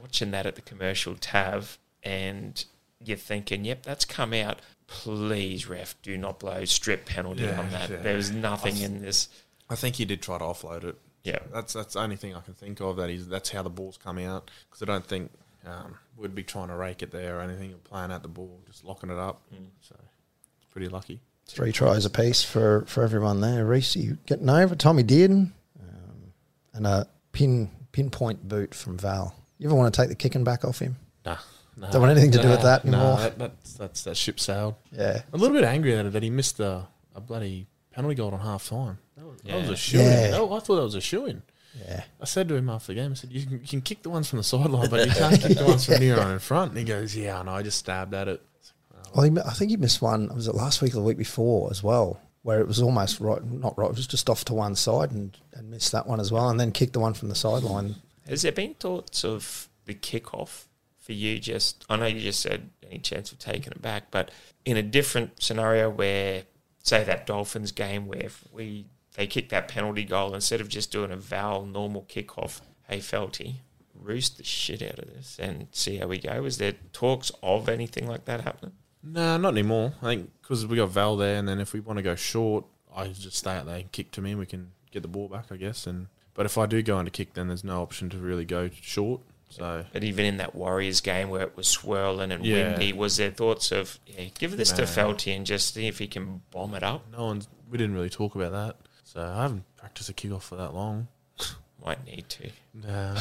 Watching that at the commercial tab, and you're thinking, "Yep, that's come out." Please, ref, do not blow strip penalty
Yeah,
on that.
yeah.
There was nothing in this.
I think he did try to offload it.
Yeah.
that's that's the only thing I can think of. That is that's how the ball's coming out because I don't think um, we'd be trying to rake it there or anything. We're playing out the ball, just locking it up. So it's pretty lucky.
Three tries apiece for, for everyone there. Reese, you getting over? Tommy Dearden. Um, and a pin pinpoint boot from Val. You ever want to take the kicking back off him?
Nah, nah
Don't want anything to do with that anymore.
that, that's that's that ship sailed.
Yeah.
A little bit angry at it that he missed the a bloody penalty goal on half time. That was That was
Yeah.
a shoe
Yeah.
in. Oh, I thought that was a shoe in.
Yeah.
I said to him after the game, I said, you can, you can kick the ones from the sideline, [laughs] but you can't kick the
[laughs]
ones from near on in front. And he goes, yeah, I know. I just stabbed at it.
Well, he, mi- I think he missed one. Was it last week or the week before as well? Where it was almost right, not right. It was just off to one side and, and missed that one as well, and then kicked the one from the sideline.
Has there been thoughts of the kickoff for you? Just I know you just said any chance of taking it back, but in a different scenario where, say, that Dolphins game where if we they kick that penalty goal instead of just doing a Val normal kickoff, hey Felty, roost the shit out of this and see how we go. Was there talks of anything like that happening?
No, not anymore. I think because we got Val there, and then if we want to go short, I just stay out there and kick to me, and we can get the ball back, I guess. And but if I do go into kick, then there's no option to really go short. So
But even in that Warriors game where it was swirling and
Yeah.
windy, was there thoughts of yeah, give this to
No.
Felty and just see if he can bomb it up?
no one's. We didn't really talk about that. So I haven't practiced a kickoff for that long.
Might need to.
No,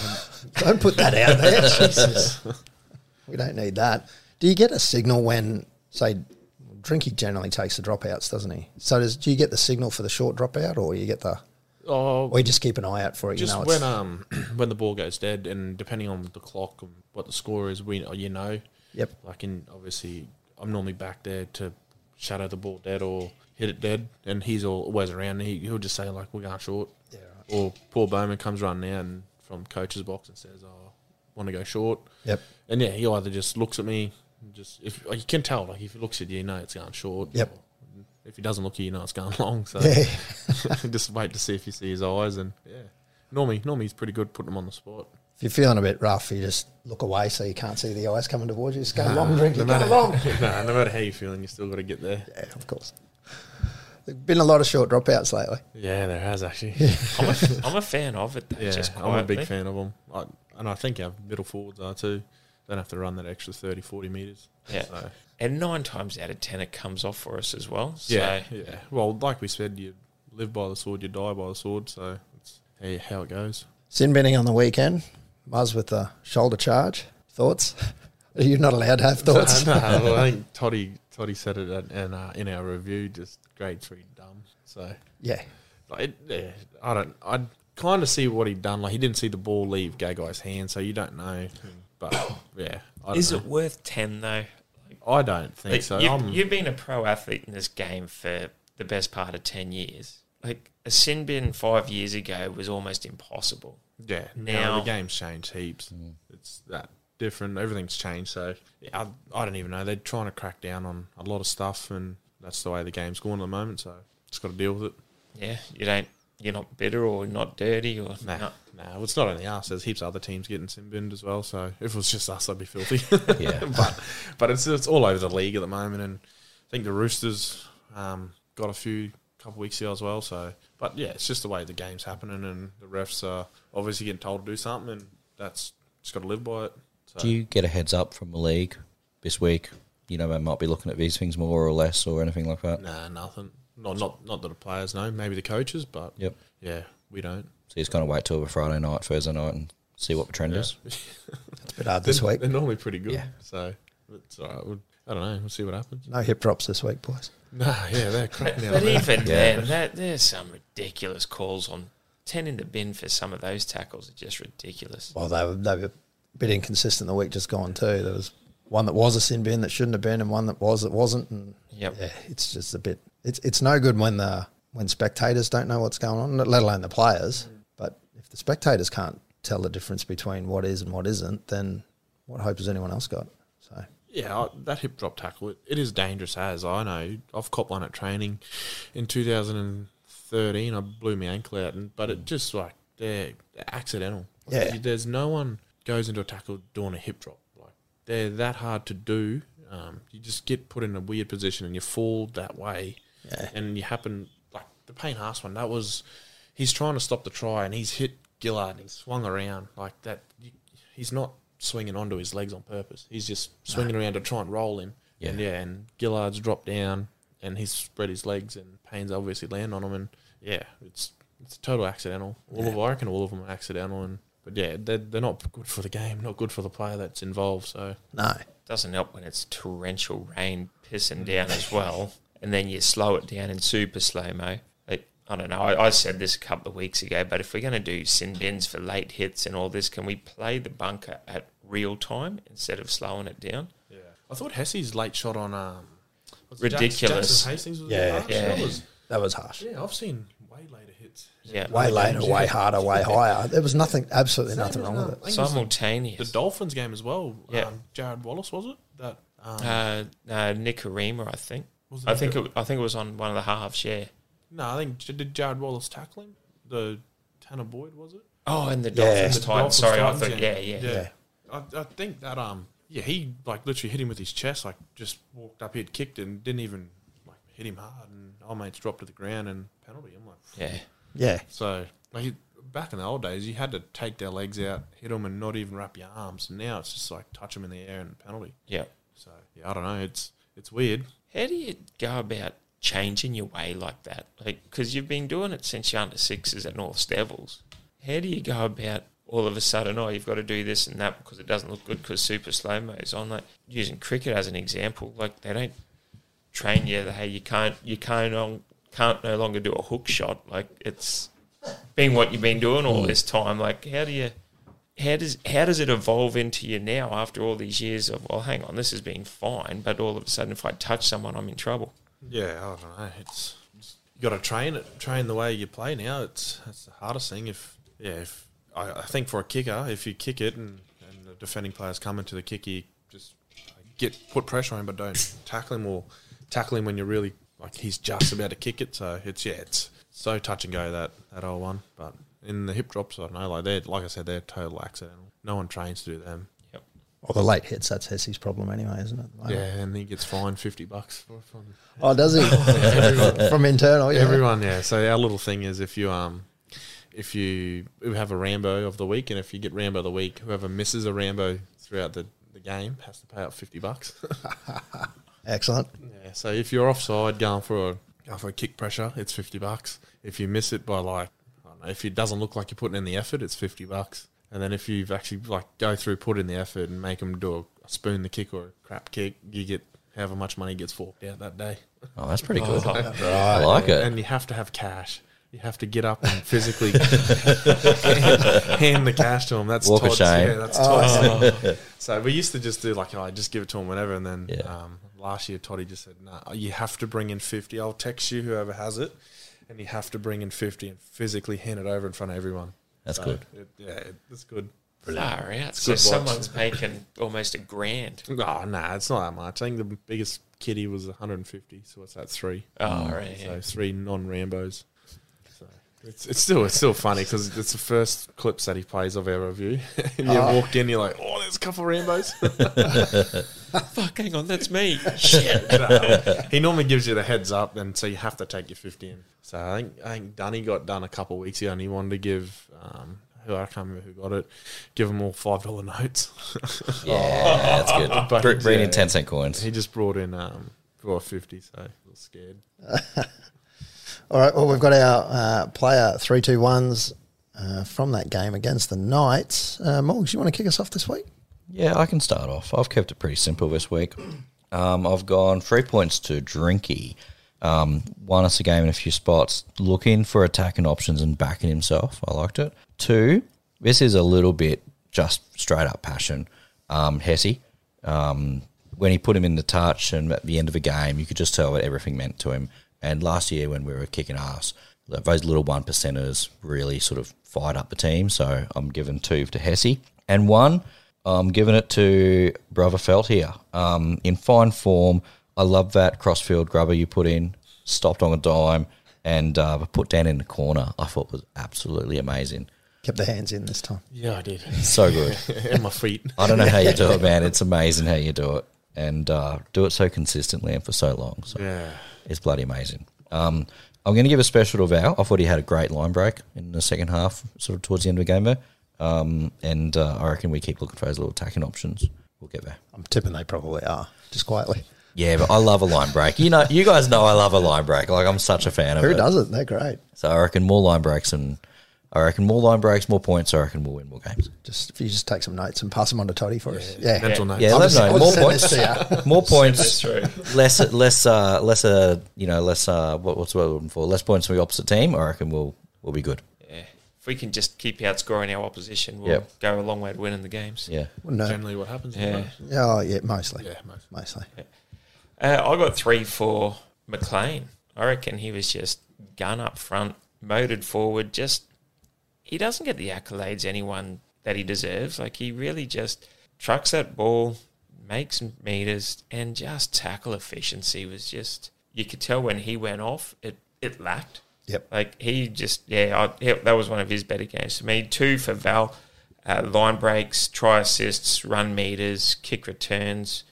Don't put that out
[laughs]
there. Jesus. We don't need that. Do you get a signal when, say, Drinky generally takes the dropouts, doesn't he? So does, do you get the signal for the short dropout, or you get the,
oh,
or you just keep an eye out for it?
just
you know,
when um [clears throat] when the ball goes dead, and depending on the clock and what the score is, we you know.
Yep.
Like in obviously, I'm normally back there to shadow the ball dead or hit it dead, and he's all, always around. He he'll just say like we're going short. Yeah. Or Paul Bowman comes running out and from coach's box and says, "Oh, want to go short."
Yep.
And yeah, he either just looks at me, just if you can tell like if he looks at you, you know it's going short.
Yep.
Or if he doesn't look at you, you know it's going [laughs] long. So
Yeah.
just wait to see if you see his eyes and yeah. Normally, normally he's pretty good putting them on the spot.
if you're feeling a bit rough, you just look away so you can't see the eyes coming towards you. Just go long, drink,
No
go
matter,
long.
[laughs] nah, no matter how you're feeling, you still got to get there.
Yeah, of course. There've been a lot of short dropouts lately.
Yeah, there has actually. [laughs]
I'm a, I'm a fan of it. Though,
yeah,
just
I'm a
quietly.
big fan of them. I, and I think our middle forwards are too. Don't have to run that extra 30, 40 metres.
Yeah.
So,
And nine times out of ten, it comes off for us as well. So
yeah, yeah. Well, like we said, you live by the sword, you die by the sword. So it's hey, how it goes.
Sin binning on the weekend. Muzz with the shoulder charge. Thoughts? [laughs] You're not allowed to have thoughts.
[laughs] no, well, I think Toddy, Toddy said it at, and, uh, in our review, just grade three dumb. So
[laughs] Yeah.
like, it, yeah, I don't. I kind of see what he'd done. Like he didn't see the ball leave Gay Guy's hand, so you don't know. But yeah, I don't
is
know.
it worth ten though?
I don't think
Like,
so. Um,
you've,
I'm-
you've been a pro athlete in this game for the best part of ten years. Like a sin bin five years ago was almost impossible.
Yeah, now,
Now-
the game's changed heaps. It's that different. Everything's changed. So yeah, I, I don't even know. They're trying to crack down on a lot of stuff, and that's the way the game's going at the moment. So just got to deal with it.
Yeah, you don't. You're not bitter or not dirty or
Nah,
no.
nah. Well, it's not only us. There's heaps of other teams getting simbined as well. So if it was just us, I'd be
[laughs]
filthy. [laughs]
Yeah.
but but it's it's all over the league at the moment, and I think the Roosters um, got a few couple weeks ago as well. So but yeah, it's just the way the game's happening, and the refs are obviously getting told to do something, and that's just got to live by it. So
Do you get a heads up from the league this week? You know, they might be looking at these things more or less or anything like that.
nah, nothing. Not not not that the players know. Maybe the coaches, but
Yep.
yeah, we don't.
So you just kind of wait till a Friday night, Thursday night, and see what the trend
[laughs]
is.
It's a bit hard this
They're-
week.
they're normally pretty good.
Yeah.
So it's all right. We'll, I don't know. We'll see what happens.
No hip drops this week, boys.
Nah, yeah, [laughs] they're crap now.
But even then, that, there's some ridiculous calls on ten in the bin for some of those tackles are just ridiculous.
Well, they were, they were a bit inconsistent the week just gone too. There was one that was a sin bin that shouldn't have been, and one that was that wasn't. And
Yep.
yeah, it's just a bit. It's it's no good when the when spectators don't know what's going on, let alone the players. But if the spectators can't tell the difference between what is and what isn't, then what hope has anyone else got? So
Yeah, I, that hip drop tackle, it, it is dangerous as I know. I've caught one at training in 2013. I blew my ankle out, and but it just like they're, they're accidental. Like,
Yeah.
you- there's no one goes into a tackle doing a hip drop. Like they're that hard to do. Um, you just get put in a weird position and you fall that way, yeah. and you happen like the Payne Haas one. That was he's trying to stop the try and he's hit Gillard and he's swung around like that. You, he's not swinging onto his legs on purpose. He's just swinging around to try and roll him.
Yeah.
And yeah, and Gillard's dropped down and he's spread his legs and Payne's obviously land on him and yeah, it's it's total accidental. All of I reckon all of them are accidental and but yeah, they're, they're not good for the game, not good for the player that's involved. So
no,
doesn't help when it's
Mm.
torrential rain pissing down as well, and then you slow it down in super slow mo. Like, I don't know. I, I said this a couple of weeks ago, but if we're going to do sin bins for late hits and all this, can we play the bunker at real time instead of slowing it down?
Yeah. I thought Hesse's late shot on um, was it Jack-
Ridiculous.
Jackson Hastings was
Yeah,
yeah, harsh.
yeah.
That was,
That was harsh.
yeah, I've seen way later hits.
Yeah.
Way later, way harder, way higher. There was nothing, absolutely nothing wrong with it.
Simultaneous.
The Dolphins game as well.
Yeah.
Um, Jared Wallace was it? That um,
Uh, no, Nick Arima, I think.
Was it
I
Nick
think it, I think it was on one of the halves. Yeah.
no, I think J- did Jared Wallace tackle him? The Tanner Boyd was it?
Oh, and the
Yeah.
Dolphins
The
Titan.
Dolphins
Sorry, I
Titans
thought.
game.
Yeah, yeah.
Yeah.
I, I think that um yeah he like literally hit him with his chest like just walked up he'd kicked and didn't even like hit him hard and our mates dropped to the ground and penalty. I'm like
Yeah.
Yeah.
so like you- back in the old days you had to take their legs out, hit them and not even wrap your arms. And now it's just like touch them in the air and penalty.
Yeah.
So yeah, I don't know. It's it's weird.
How do you go about changing your way like that? Like, because you've been doing it since you're under sixes at North Devils. How do you go about all of a sudden, oh, you've got to do this and that because it doesn't look good because super slow mo is on? Like, using cricket as an example, like, they don't train you, that, hey, you can't, you can't, on, can't no longer do a hook shot. Like, it's been what you've been doing all this time. Like, how do you. How does how does it evolve into you now after all these years of well hang on this has been fine but all of a sudden if I touch someone I'm in trouble
Yeah, I don't know. It's, it's you got to train it, train the way you play. Now it's that's the hardest thing. If yeah, if I, I think for a kicker, if you kick it and, and the defending player's coming to the kick, you just get put pressure on him, but don't [coughs] tackle him or tackle him when you're really like he's just about to kick it. So it's yeah, it's so touch and go that that old one. But in the hip drops, I don't know. Like they are like I said, they're total accidental. No one trains to do them.
Yep.
Well, the late hits, that's Hesse's problem anyway, isn't it?
Yeah, and he gets fined fifty bucks for from
Oh, does [laughs] he? From internal, yeah.
Everyone, yeah. So our little thing is if you um if you we have a Rambo of the week and if you get Rambo of the week, whoever misses a Rambo throughout the, the game has to pay out fifty bucks. [laughs]
Excellent.
yeah. So if you're offside going for a going for a kick pressure, it's fifty bucks. If you miss it by like I don't know, if it doesn't look like you're putting in the effort, it's fifty bucks. And then if you've actually like go through, put in the effort, and make them do a, a spoon the kick or a crap kick, you get however much money gets forked out that day. [laughs]
Oh, that's pretty good. I like it.
And you have to have cash. You have to get up and physically [laughs] hand the cash to him. That's
Walk of
Todd's.
shame.
Yeah, that's Todd's. so we used to just do like, oh, just give it to him whenever. And then
Yeah.
um, last year, Toddy just said, no, you have to bring in 50. I'll text you whoever has it. And you have to bring in 50 and physically hand it over in front of everyone.
That's
So
good.
It, yeah, it, it's good.
Far out. So
good vibes.
someone's making almost a grand.
Oh, no, it's not that much. I think the biggest kitty was 150. So what's that, three?
Oh, right.
So three non-Rambo's. So it's, it's still it's still funny because it's the first clips that he plays I've ever viewed. [laughs] and you walked in, you're like, oh, there's a couple of Rambo's.
Fuck, hang on, that's me. Shit.
um, he normally gives you the heads up, and so you have to take your 15. So I think I think Dunny got done a couple of weeks ago, and he wanted to give. Um, who I can't remember who got it. Give them all five dollar notes. [laughs]
Yeah, that's good.
But
Br- bring
yeah.
in 10 cent coins.
he just brought in um, four fifty, so I was scared.
All right. Well, we've got our uh, player three two ones uh, from that game against the Knights. Uh, Morgs, you want to kick us off this week?
Yeah, I can start off. I've kept it pretty simple this week. Um, I've gone three points to Drinky. Um, won us a game in a few spots, looking for attacking options and backing himself. I liked it. Two, this is a little bit just straight up passion. Um, Hesse, um, when he put him in the touch and at the end of a game, you could just tell what everything meant to him. And last year when we were kicking ass, those little one percenters really sort of fired up the team. So I'm giving two to Hesse. And one, I'm giving it to Brother Felt here. Um, in fine form, I love that crossfield grubber you put in, stopped on a dime, and uh, put down in the corner. I thought was absolutely amazing.
Kept the hands in this time.
Yeah, I did.
So good.
[laughs] and my feet.
I don't know how you do it, man. It's amazing how you do it and uh, do it so consistently and for so long. So
Yeah.
it's bloody amazing. Um, I'm going to give a special to Val. I thought he had a great line break in the second half, sort of towards the end of the game there. Um, and uh, I reckon we keep looking for those little attacking options. We'll get there.
I'm tipping they probably are, just quietly.
Yeah, but I love a line break. You know, you guys know I love a line break. Like I'm such a fan of
Who
it.
doesn't? They're great.
So I reckon more line breaks and I reckon more line breaks, more points. I reckon we'll win more games.
Just if you just take some notes and pass them on to Toddy for us. Yeah.
Mental notes.
Yeah,
I'll
let
just-
them know.
I'll
More
send this to
points.
you.
More
That's
points.
true.
Less, less, uh, less, uh, you know, less. Uh, what, what's the word I'm looking for? Less points from the opposite team. I reckon we'll we'll be good.
Yeah. If we can just keep outscoring our opposition, we'll
Yep.
go a long way to winning the games.
Yeah.
No.
Generally, what happens?
Yeah.
Oh yeah, mostly.
Yeah, most.
Mostly.
Uh, I got three for McLean. I reckon he was just gun up front, motored forward. Just he doesn't get the accolades anyone that he deserves. Like he really just trucks that ball, makes meters, and just tackle efficiency was just you could tell when he went off it it lacked.
Yep.
Like he just yeah, I, yeah, that was one of his better games to me. Two for Val, uh, line breaks, try assists, run meters, kick returns,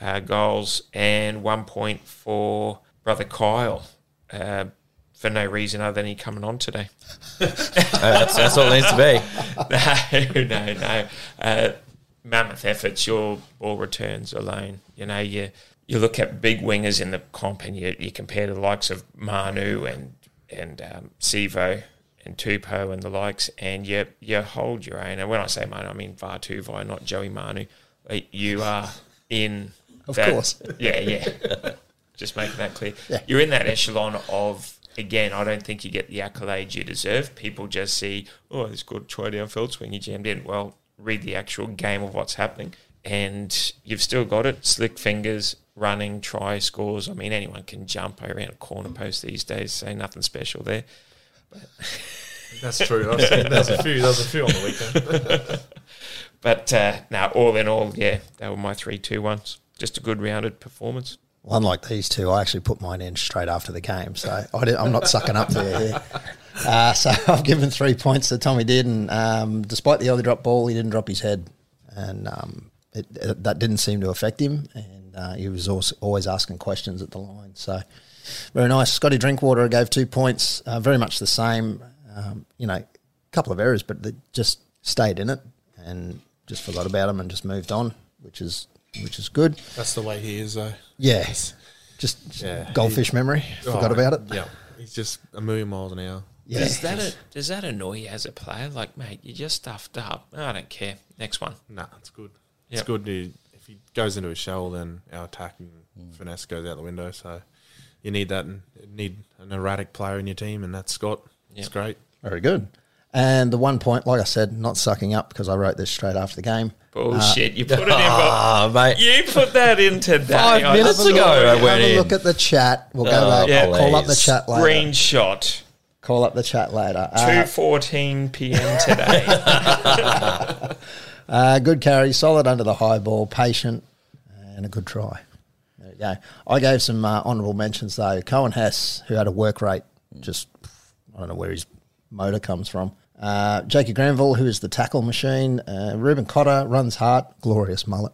uh, goals, and one point for brother Kyle uh, for no reason other than he coming on today.
Uh, that's, that's all it needs to be.
[laughs] no, no, no. Uh, mammoth efforts. Your ball returns alone. You know, you you look at big wingers in the comp, and you, you compare to the likes of Manu and and um, Sivo and Tupou and the likes, and you you hold your own. And when I say Manu, I mean Vartuvai, not Joey Manu. Uh, You are in.
Of
that-
course.
Yeah, yeah. Just making that clear.
Yeah.
You're in that echelon of again, I don't think you get the accolades you deserve. People just see, oh, this good try down field swing, he jammed in. Well, read the actual game of what's happening. And you've still got it. Slick fingers, running, try, scores. I mean, anyone can jump around a corner post these days, so nothing special there.
That's true. I've seen there's a few. There's a few on the weekend.
But uh, now, all in all, yeah, they were my three two ones. Just a good rounded performance.
Well, unlike these two, I actually put mine in straight after the game, so I did, I'm not sucking up to you here. Uh, so [laughs] I've given three points to Tommy did, and um, despite the early drop ball, he didn't drop his head, and um, it, it, that didn't seem to affect him. And uh, he was also always asking questions at the line, so very nice. Scotty Drinkwater I gave two points, uh, very much the same. Um, you know, a couple of errors, but they just stayed in it and just forgot about them and just moved on, which is which is good.
That's the way he is, though.
Yes. Just
Yeah.
goldfish memory. Forgot
Oh,
about it.
Yeah, he's just a million miles an hour.
Yeah.
Does that does that annoy you as a player? Like, mate, you just stuffed up. I don't care. Next one.
Nah, it's good. It's
Yep.
good. He, if he goes into a shell, then our attacking
Hmm.
finesse goes out the window. So you need that. and Need an erratic player in your team, and that's Scott. It's
Yep.
great.
Very good. And the one point, like I said, not sucking up because I wrote this straight after the game.
Bullshit. you put it
[laughs]
in. but
Ah, mate.
You put that in today.
Five
I
minutes
saw
ago, I
Have
went
a
in.
look at the chat. We'll go
Oh,
back.
yeah,
I'll call up the
please.
chat later.
Screenshot.
Call up the chat later.
Two
Uh,
fourteen p.m.
[laughs]
today.
uh, good carry, solid under the high ball, patient, and a good try. There you go. I gave some uh, honourable mentions though. Cohen Hess, who had a work rate, just I don't know where his motor comes from. Uh, Jakey Granville, who is the tackle machine. Uh, Ruben Cotter runs hard, glorious mullet,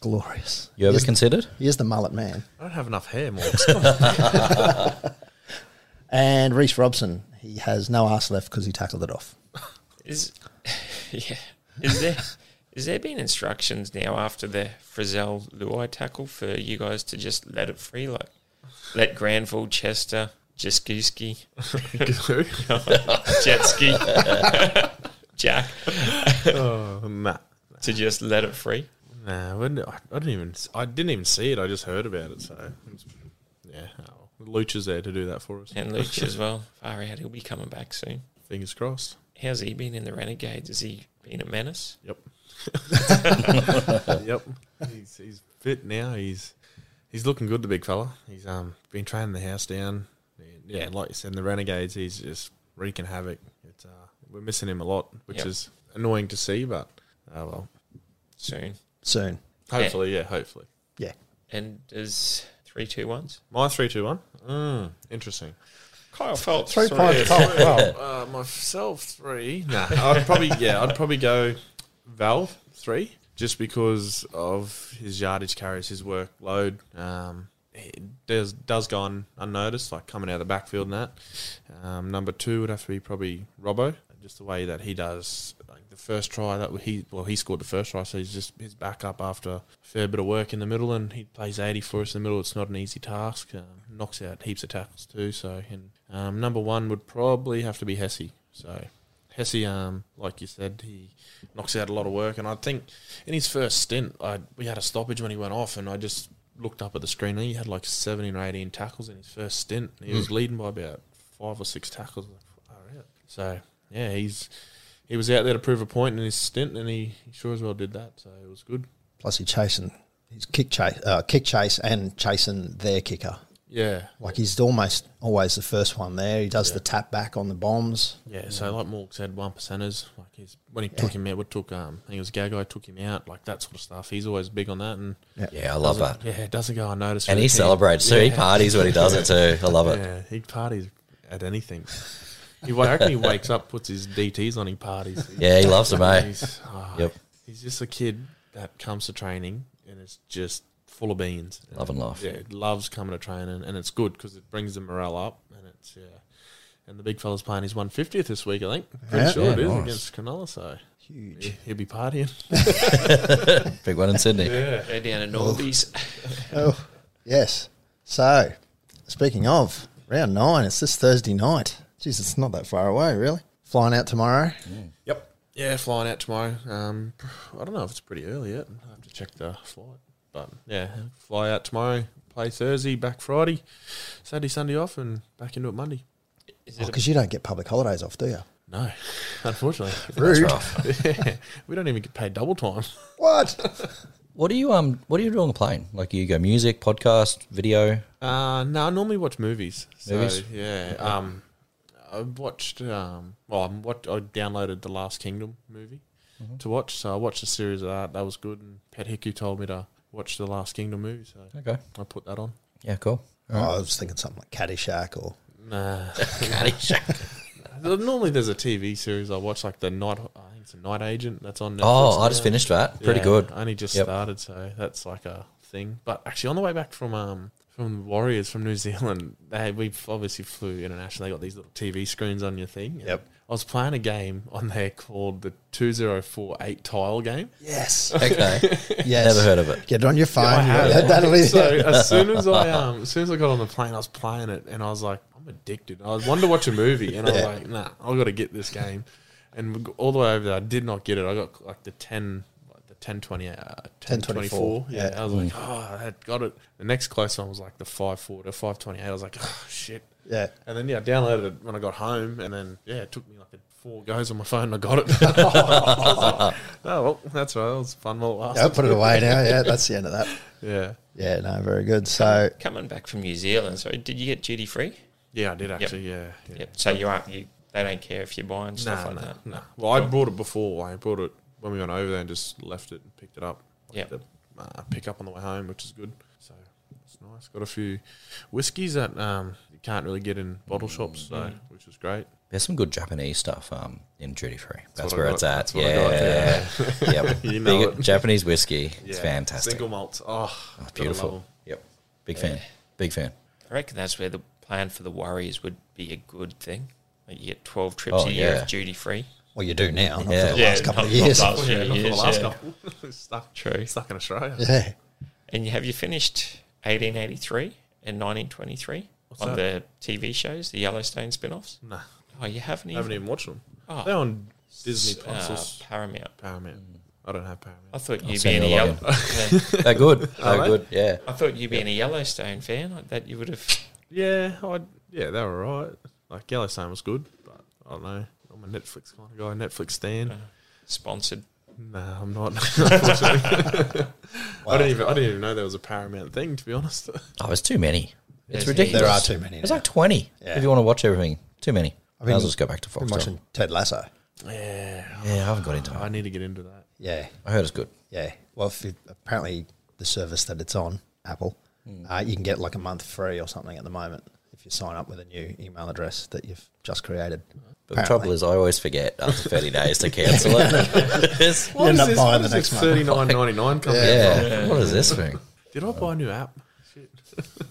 glorious.
You ever
He's-
considered?
He is the mullet man.
I don't have enough hair, more.
And Reese Robson, he has no ass left because he tackled it off.
is [laughs] yeah. Is there is there been instructions now after the Frizzell Luai tackle for you guys to just let it free, like let Granville, Chester, Jaskiski, [laughs] Jetski, [laughs] Jack,
oh, nah,
to just let it free?
nah. I wouldn't- I, I didn't even. s- I didn't even see it. I just heard about it. So it was- yeah, oh, Lucha's there to do that for us.
And Luke as well. Far out, he'll be coming back soon.
[laughs] Fingers crossed.
How's he been in the Renegades? Has he been a menace?
[laughs] Yep. yep. He's, he's fit now. He's he's looking good, the big fella. He's um been training the house down. Yeah, like you said, in the Renegades, he's just wreaking havoc. It's uh, we're missing him a lot, which
Yep.
is annoying to see, but oh well.
Soon.
Soon,
Hopefully, yeah, hopefully.
yeah.
And does three two ones?
My three, two, one. Mm, [laughs] interesting.
Kyle Phelps.
Three
sorry.
points. Oh, well.
Uh, myself three. Nah, I'd probably yeah, I'd probably go Val three, just because of his yardage carries, his workload. Um, he does does go on unnoticed, like coming out of the backfield and that. Um, number two would have to be probably Robbo, just the way that he does. Like the first try that he well he scored the first try, so he's just his backup after a fair bit of work in the middle, and he plays eighty for us in the middle. It's not an easy task. Um, knocks out heaps of tackles too. So and um, number one would probably have to be Hesse. So Hesse, um, like you said, he knocks out a lot of work, and I think in his first stint, I we had a stoppage when he went off, and I just looked up at the screen, and he had like seventeen or eighteen tackles in his first stint. And he was leading by about five or six tackles. Like, far out. So yeah, he's he was out there to prove a point in his stint, and he, he sure as well did that. So it was good.
Plus, he's chasing he's kick chase, uh, kick chase, and chasing their kicker.
Yeah,
Like he's almost always the first one there. He does the tap back on the bombs.
Yeah, so like Morg said, one percenters. Like he's when he took him out, we took um, I think it was Gagai took him out, like that sort of stuff. He's always big on that, and
Yeah, I love that.
yeah, it doesn't go unnoticed.
And
really.
he celebrates too. He parties when he does it too. I love it.
Yeah, he parties at anything. He, wa- I reckon he wakes up, puts his DTs on, he parties.
[laughs] Yeah, he loves it, mate.
He's, oh,
Yep.
he's just a kid that comes to training and it's just full of beans.
Loving life.
Yeah, loves coming to training and it's good because it brings the morale up and it's, yeah. And the big fella's playing his 150th this week, I think. Pretty
Yeah.
sure
Yeah,
it is
nice.
against Canola, so
Huge.
he- he'll be partying.
Big one in Sydney.
Go down to Norby's.
Oh, yes. So, speaking of round nine, it's this Thursday night. Jeez, it's not that far away, really. Flying out tomorrow.
Yep. Yeah, flying out tomorrow. Um, I don't know if it's pretty early yet. I have to check the flight. But yeah, fly out tomorrow, play Thursday, back Friday, Saturday, Sunday off, and back into it Monday.
Is it a
Because Oh, you don't get public holidays off, do you?
No, [laughs] unfortunately,
Rude.
[laughs] yeah, we don't even get paid double time. [laughs]
What?
What do you um? What do you do on the plane? Like you go music, podcast, video.
Uh, no, I normally watch movies. So,
Movies?
Yeah. Um, I watched. Um, well, I'm what I downloaded the Last Kingdom movie to watch. So I watched a series of that. That was good. And Pat Hickey told me to watch the Last Kingdom movie. So
Okay.
I put that on.
Yeah, cool.
Oh, [laughs] I was thinking something like Caddyshack or
Nah. Uh, [laughs]
[laughs]
Normally, there's a TV series I watch, like the Night. I think it's a Night Agent that's on. Netflix
Oh, I just
now.
finished that. Pretty
Yeah,
good.
Only just
Yep.
started, so that's like a thing. But actually, on the way back from um from the Warriors from New [laughs] Zealand, they we obviously flew international. They got these little TV screens on your thing. and
Yep.
I was playing a game on there called the two zero four eight tile game.
yes,
Okay.
[laughs] yes.
Never heard of it.
Get it on your phone.
I had
[laughs]
it. [laughs]
That'll be
so as soon as I um, as soon as I got on the plane, I was playing it, and I was like, I'm addicted. I wanted to watch a movie, and I was
Yeah.
like, Nah, I've got to get this game. And we go- all the way over there, I did not get it. I got like the ten, like the ten twenty, uh, ten twenty
1024,
four. Yeah,
yeah. Mm.
I was like, oh, I had got it. The next close one was like the five forty, five twenty eight. I was like, oh shit.
Yeah.
And then yeah, I downloaded it when I got home, and then yeah, it took me like four goes on my phone. and I got it. [laughs] I was like, oh well, that's right. It was fun while it
Yeah,
lasted.
put it away now. Yeah, that's the end of that.
Yeah.
Yeah, no, very good. So,
coming back from New Zealand? So did you get duty free?
Yeah, I did actually. Yeah, yeah.
Yep. So you aren't you? They don't care if you're buying
Nah,
stuff like
nah,
that.
nah. Well, I brought it before. I brought it when we went over there and just left it and picked it up.
Yep.
The, uh, pick up on the way home, which is good. So it's nice. Got a few whiskies that um, you can't really get in
Mm,
bottle shops, so
mm.
which is great.
There's some good Japanese stuff um, in duty free. That's,
what I
where
got.
it's at.
That's what I got,
yeah.
[laughs]
yep.
You know
Big-
it.
Japanese whiskey. It's
Yeah.
fantastic.
Single malts. Oh,
Oh,
gotta love
beautiful.
'em.
Yep. Big fan. Big fan.
I reckon that's where the plan for the Warriors would be a good thing. Like you get 12 trips
Oh,
a year
yeah.
of duty free.
well, you do now. Not
Yeah.
for the
Yeah,
last couple
not-
of
not
years. [laughs]
last few
Yeah, not for the
years,
last
yeah.
couple. [laughs] stuck,
True.
Stuck in Australia.
Yeah.
And you, have you finished 1883 and 1923 on the TV shows, the Yellowstone spin offs?
Nah,
Oh, you haven't
I
even?
haven't even watched them.
Oh.
They're on Disney
uh,
Plus. or
Paramount.
Paramount.
Mm.
I don't have Paramount.
I thought you'd be in
send
a
you a
Yellow- Yeah.
[laughs]
They're good. They're
they?
good. Yeah.
[laughs] I thought you being a Yellowstone fan, like that you would have.
Yeah, I yeah, they were right. Like Yellowstone was good, but I don't know. I'm a Netflix kind of guy, Netflix stan.
sponsored.
Nah, I'm not. [laughs] unfortunately. I didn't even I didn't even know there was a Paramount thing to be honest. [laughs]
Oh, there's too many. It's
There's-
ridiculous.
There are too many.
There's
now.
like 20
Yeah.
if you want to watch everything. Too many.
I've
I mean,
been-
just go back to
Been
Foxtel.
watching Ted Lasso.
yeah,
Yeah, I haven't got into
I
it.
need to get into that.
Yeah.
I heard it's good.
Yeah. Well, if you, apparently the service that it's on, Apple, uh, you can get like a month free or something at the moment if you sign up with a new email address that you've just created.
But the trouble is, I always forget
[laughs]
after 30 days to cancel it. It's-
What end up buying the next month.
Thirty nine ninety nine coming. out?
[laughs] yeah. What is this thing?
Did I buy a new app? Shit.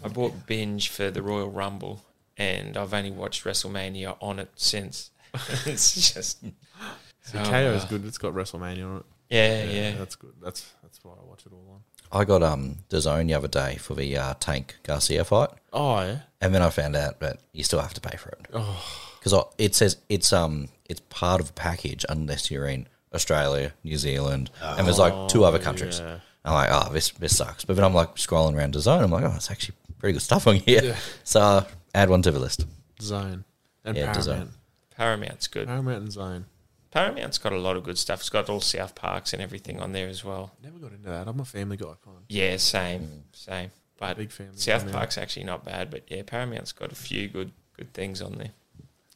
I bought Binge for the Royal Rumble, and I've only watched WrestleMania on it since. [laughs] it's just
See,
Oh,
KO is
wow.
good. It's got WrestleMania on it.
yeah, yeah.
that's good. That's that's what I watch it all on.
I got um DAZN the other day for the uh, Tank Garcia fight,
Oh yeah, Oh.
and then I found out that you still have to pay for it. because it says it's um it's part of a package unless you're in Australia, New Zealand, and there's like two
Oh,
other countries. I'm like, oh, this this sucks. But then I'm like scrolling around to zone. I'm like, oh, it's actually pretty good stuff on here. [laughs] So uh, add one to the list.
Zone and
Yeah,
Paramount.
Zone.
Paramount's good.
Paramount and Zone.
Paramount's got a lot of good stuff. It's got all South Parks and everything on there as well.
Never got into that. I'm a family guy. Kind of.
Yeah, same, same. But
Big family
South
Paramount.
Park's actually not bad. But yeah, Paramount's got a few good good things on there.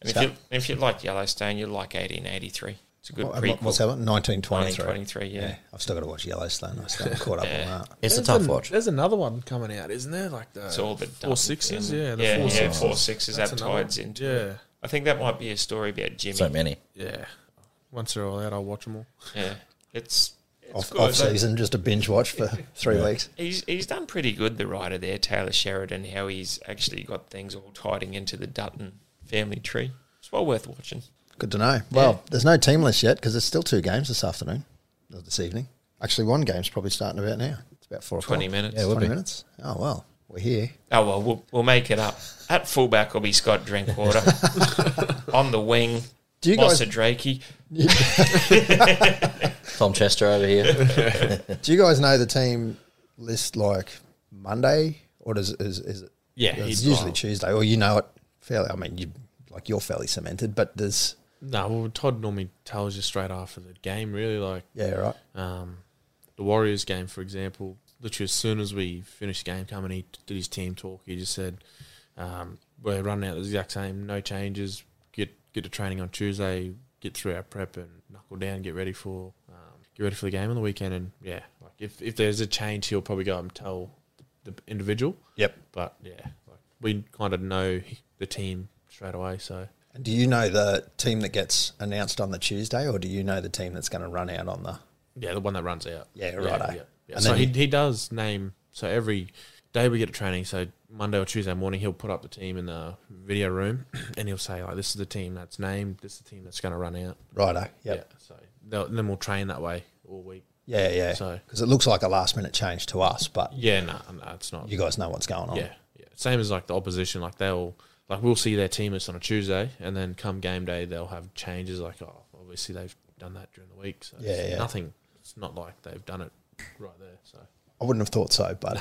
And if
South-
you if you like Yellowstone, you like 1883. It's a good
What-
prequel.
What's that one? 1923.
1923, yeah.
I've still got to watch Yellowstone. I'm still caught up on [laughs] that.
It's a
There's
tough
an-
watch.
There's another one coming out, isn't there? Like the
It's all the Duncan
four sixes.
family.
Yeah, the
yeah,
four
yeah,
sixes.
four sixes that
That's another
tides
one.
into. it.
Yeah,
I think that might be a story about Jimmy.
So many.
yeah. Once they're all out, I'll watch them all.
Yeah, it's, it's
Off,
good.
off
Like,
season, just a binge watch [laughs] for three weeks.
He's he's done pretty good, the writer there, Taylor Sheridan. How he's actually got things all tiding into the Dutton family tree. It's well worth watching.
Good to know. Well, there's no team list yet because there's still two games this afternoon, or this evening. Actually, one game's probably starting about now. It's about four o'clock.
Twenty minutes.
Yeah, it would
20
be.
minutes? Oh, well, we're here.
Oh well, we'll we'll make it up. At fullback will be Scott
[laughs]
Drinkwater. On the wing,
Do you
Mossa
guys-
Drakey.
Tom Chester over
[laughs]
here.
Do you guys know the team list like Monday, or does is, is it?
Yeah,
it's
he's
usually
live.
Tuesday, or you know it fairly. I mean, you like you're fairly cemented, but there's
No, well, Todd normally tells you straight after the game. Really, like
yeah, right.
um, the Warriors game, for example. Literally, as soon as we finished the game, coming, he did his team talk. He just said, um, "We're running out the exact same, no changes. Get get to training on Tuesday. Get through our prep and knuckle down. Get ready for um, get ready for the game on the weekend." And yeah, like if if there's a change, he'll probably go up and tell the individual.
Yep.
But yeah, like we kind of know the team straight away. So
And do you know the team that gets announced on the Tuesday, or do you know the team that's going to run out on the?
Yeah, the one that runs out.
Yeah, righto.
Yeah, yeah.
And
So
then
he,
you-
he does name. So every day we get a training. So Monday or Tuesday morning, he'll put up the team in the video room, [clears throat] and he'll say like, "This is the team that's named. This is the team that's going to run out."
Righto. Yep.
Yeah. So they'll, then we'll train that way all week.
Yeah, yeah.
So-
Because it looks like a last minute change to us, but
Yeah, no, no, it's not.
you guys know what's going on.
Yeah, yeah. Same as like the opposition. Like they'll like we'll see their team list on a Tuesday, and then come game day they'll have changes. Like oh, obviously they've done that during the week. So it's
Yeah, yeah.
nothing. It's not like they've done it right there. So.
I wouldn't have thought so, but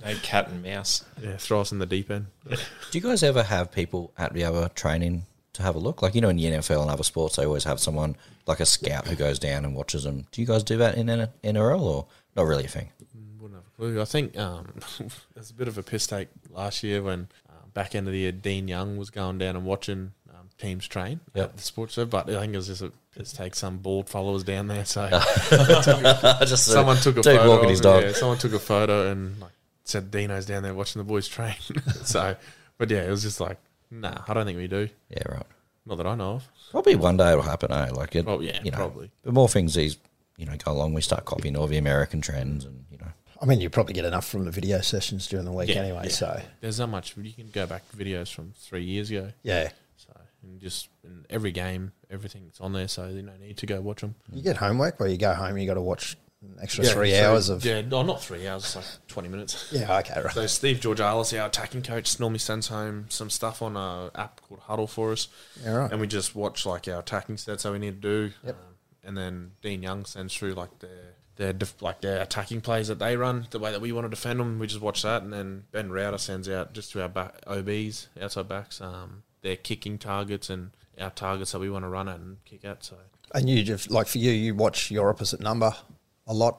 [laughs]
No cat and mouse.
Yeah, throw us in the deep end.
Do you guys ever have people at the other training to have a look? Like you know, in the NFL and other sports, they always have someone like a scout who goes down and watches them. Do you guys do that in N- NRL or not really a thing?
[laughs] Wouldn't have a clue. I think um, [laughs] there's a bit of a piss take last year when uh, back end of the year Dean Young was going down and watching um, teams train
Yep.
at the sports show, but I think it was just a piss take. Some bald followers down there, so
[laughs]
[laughs]
Just a
someone took a
dude
photo.
walking his
of-
dog.
Yeah, someone took a photo and like said Dino's down there watching the boys train. [laughs] so, but yeah, it was just like, nah, I don't think we do.
Yeah, right.
Not that I know of.
Probably one day it'll happen. Eh? Like it,
Well, yeah,
you know,
probably.
The more things these, you know, go along, we start copying all the American trends, and you know,
I mean, you probably get enough from the video sessions during the week
Yeah,
anyway.
yeah.
So
There's not much. You can go back videos from three years ago.
yeah,
So, and just in every game, everything's on there, so you don't need to go watch them.
you get homework where you go home, and you got to watch an extra
Yeah,
three
so-
hours of
yeah, no, not three hours, it's like twenty minutes.
Yeah, okay, right.
So Steve Georgialis, our attacking coach, normally sends home some stuff on a app called Huddle for us,
Yeah, right.
and we just watch like our attacking sets that we need to do. Yep. Um, and then Dean Young sends through like their their def- like their attacking plays that they run, the way that we want to defend them. We just watch that, and then Ben Router sends out just to our back, OBs, outside backs, um, their kicking targets and our targets that we want to run at and kick at. So
And you just like for you, you watch your opposite number a lot.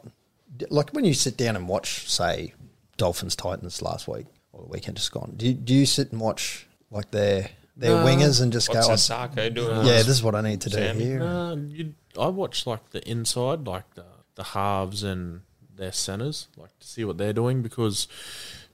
D- Like when you sit down and watch, say, Dolphins Titans last week or the weekend just gone. Do you, do you sit and watch like their their wingers and just
What's
go?
Asako doing?
"Oh, yeah, this is what I need to do
Sammy.
here.
Uh, you, I watch like the inside, like the, the halves and their centers, like to see what they're doing because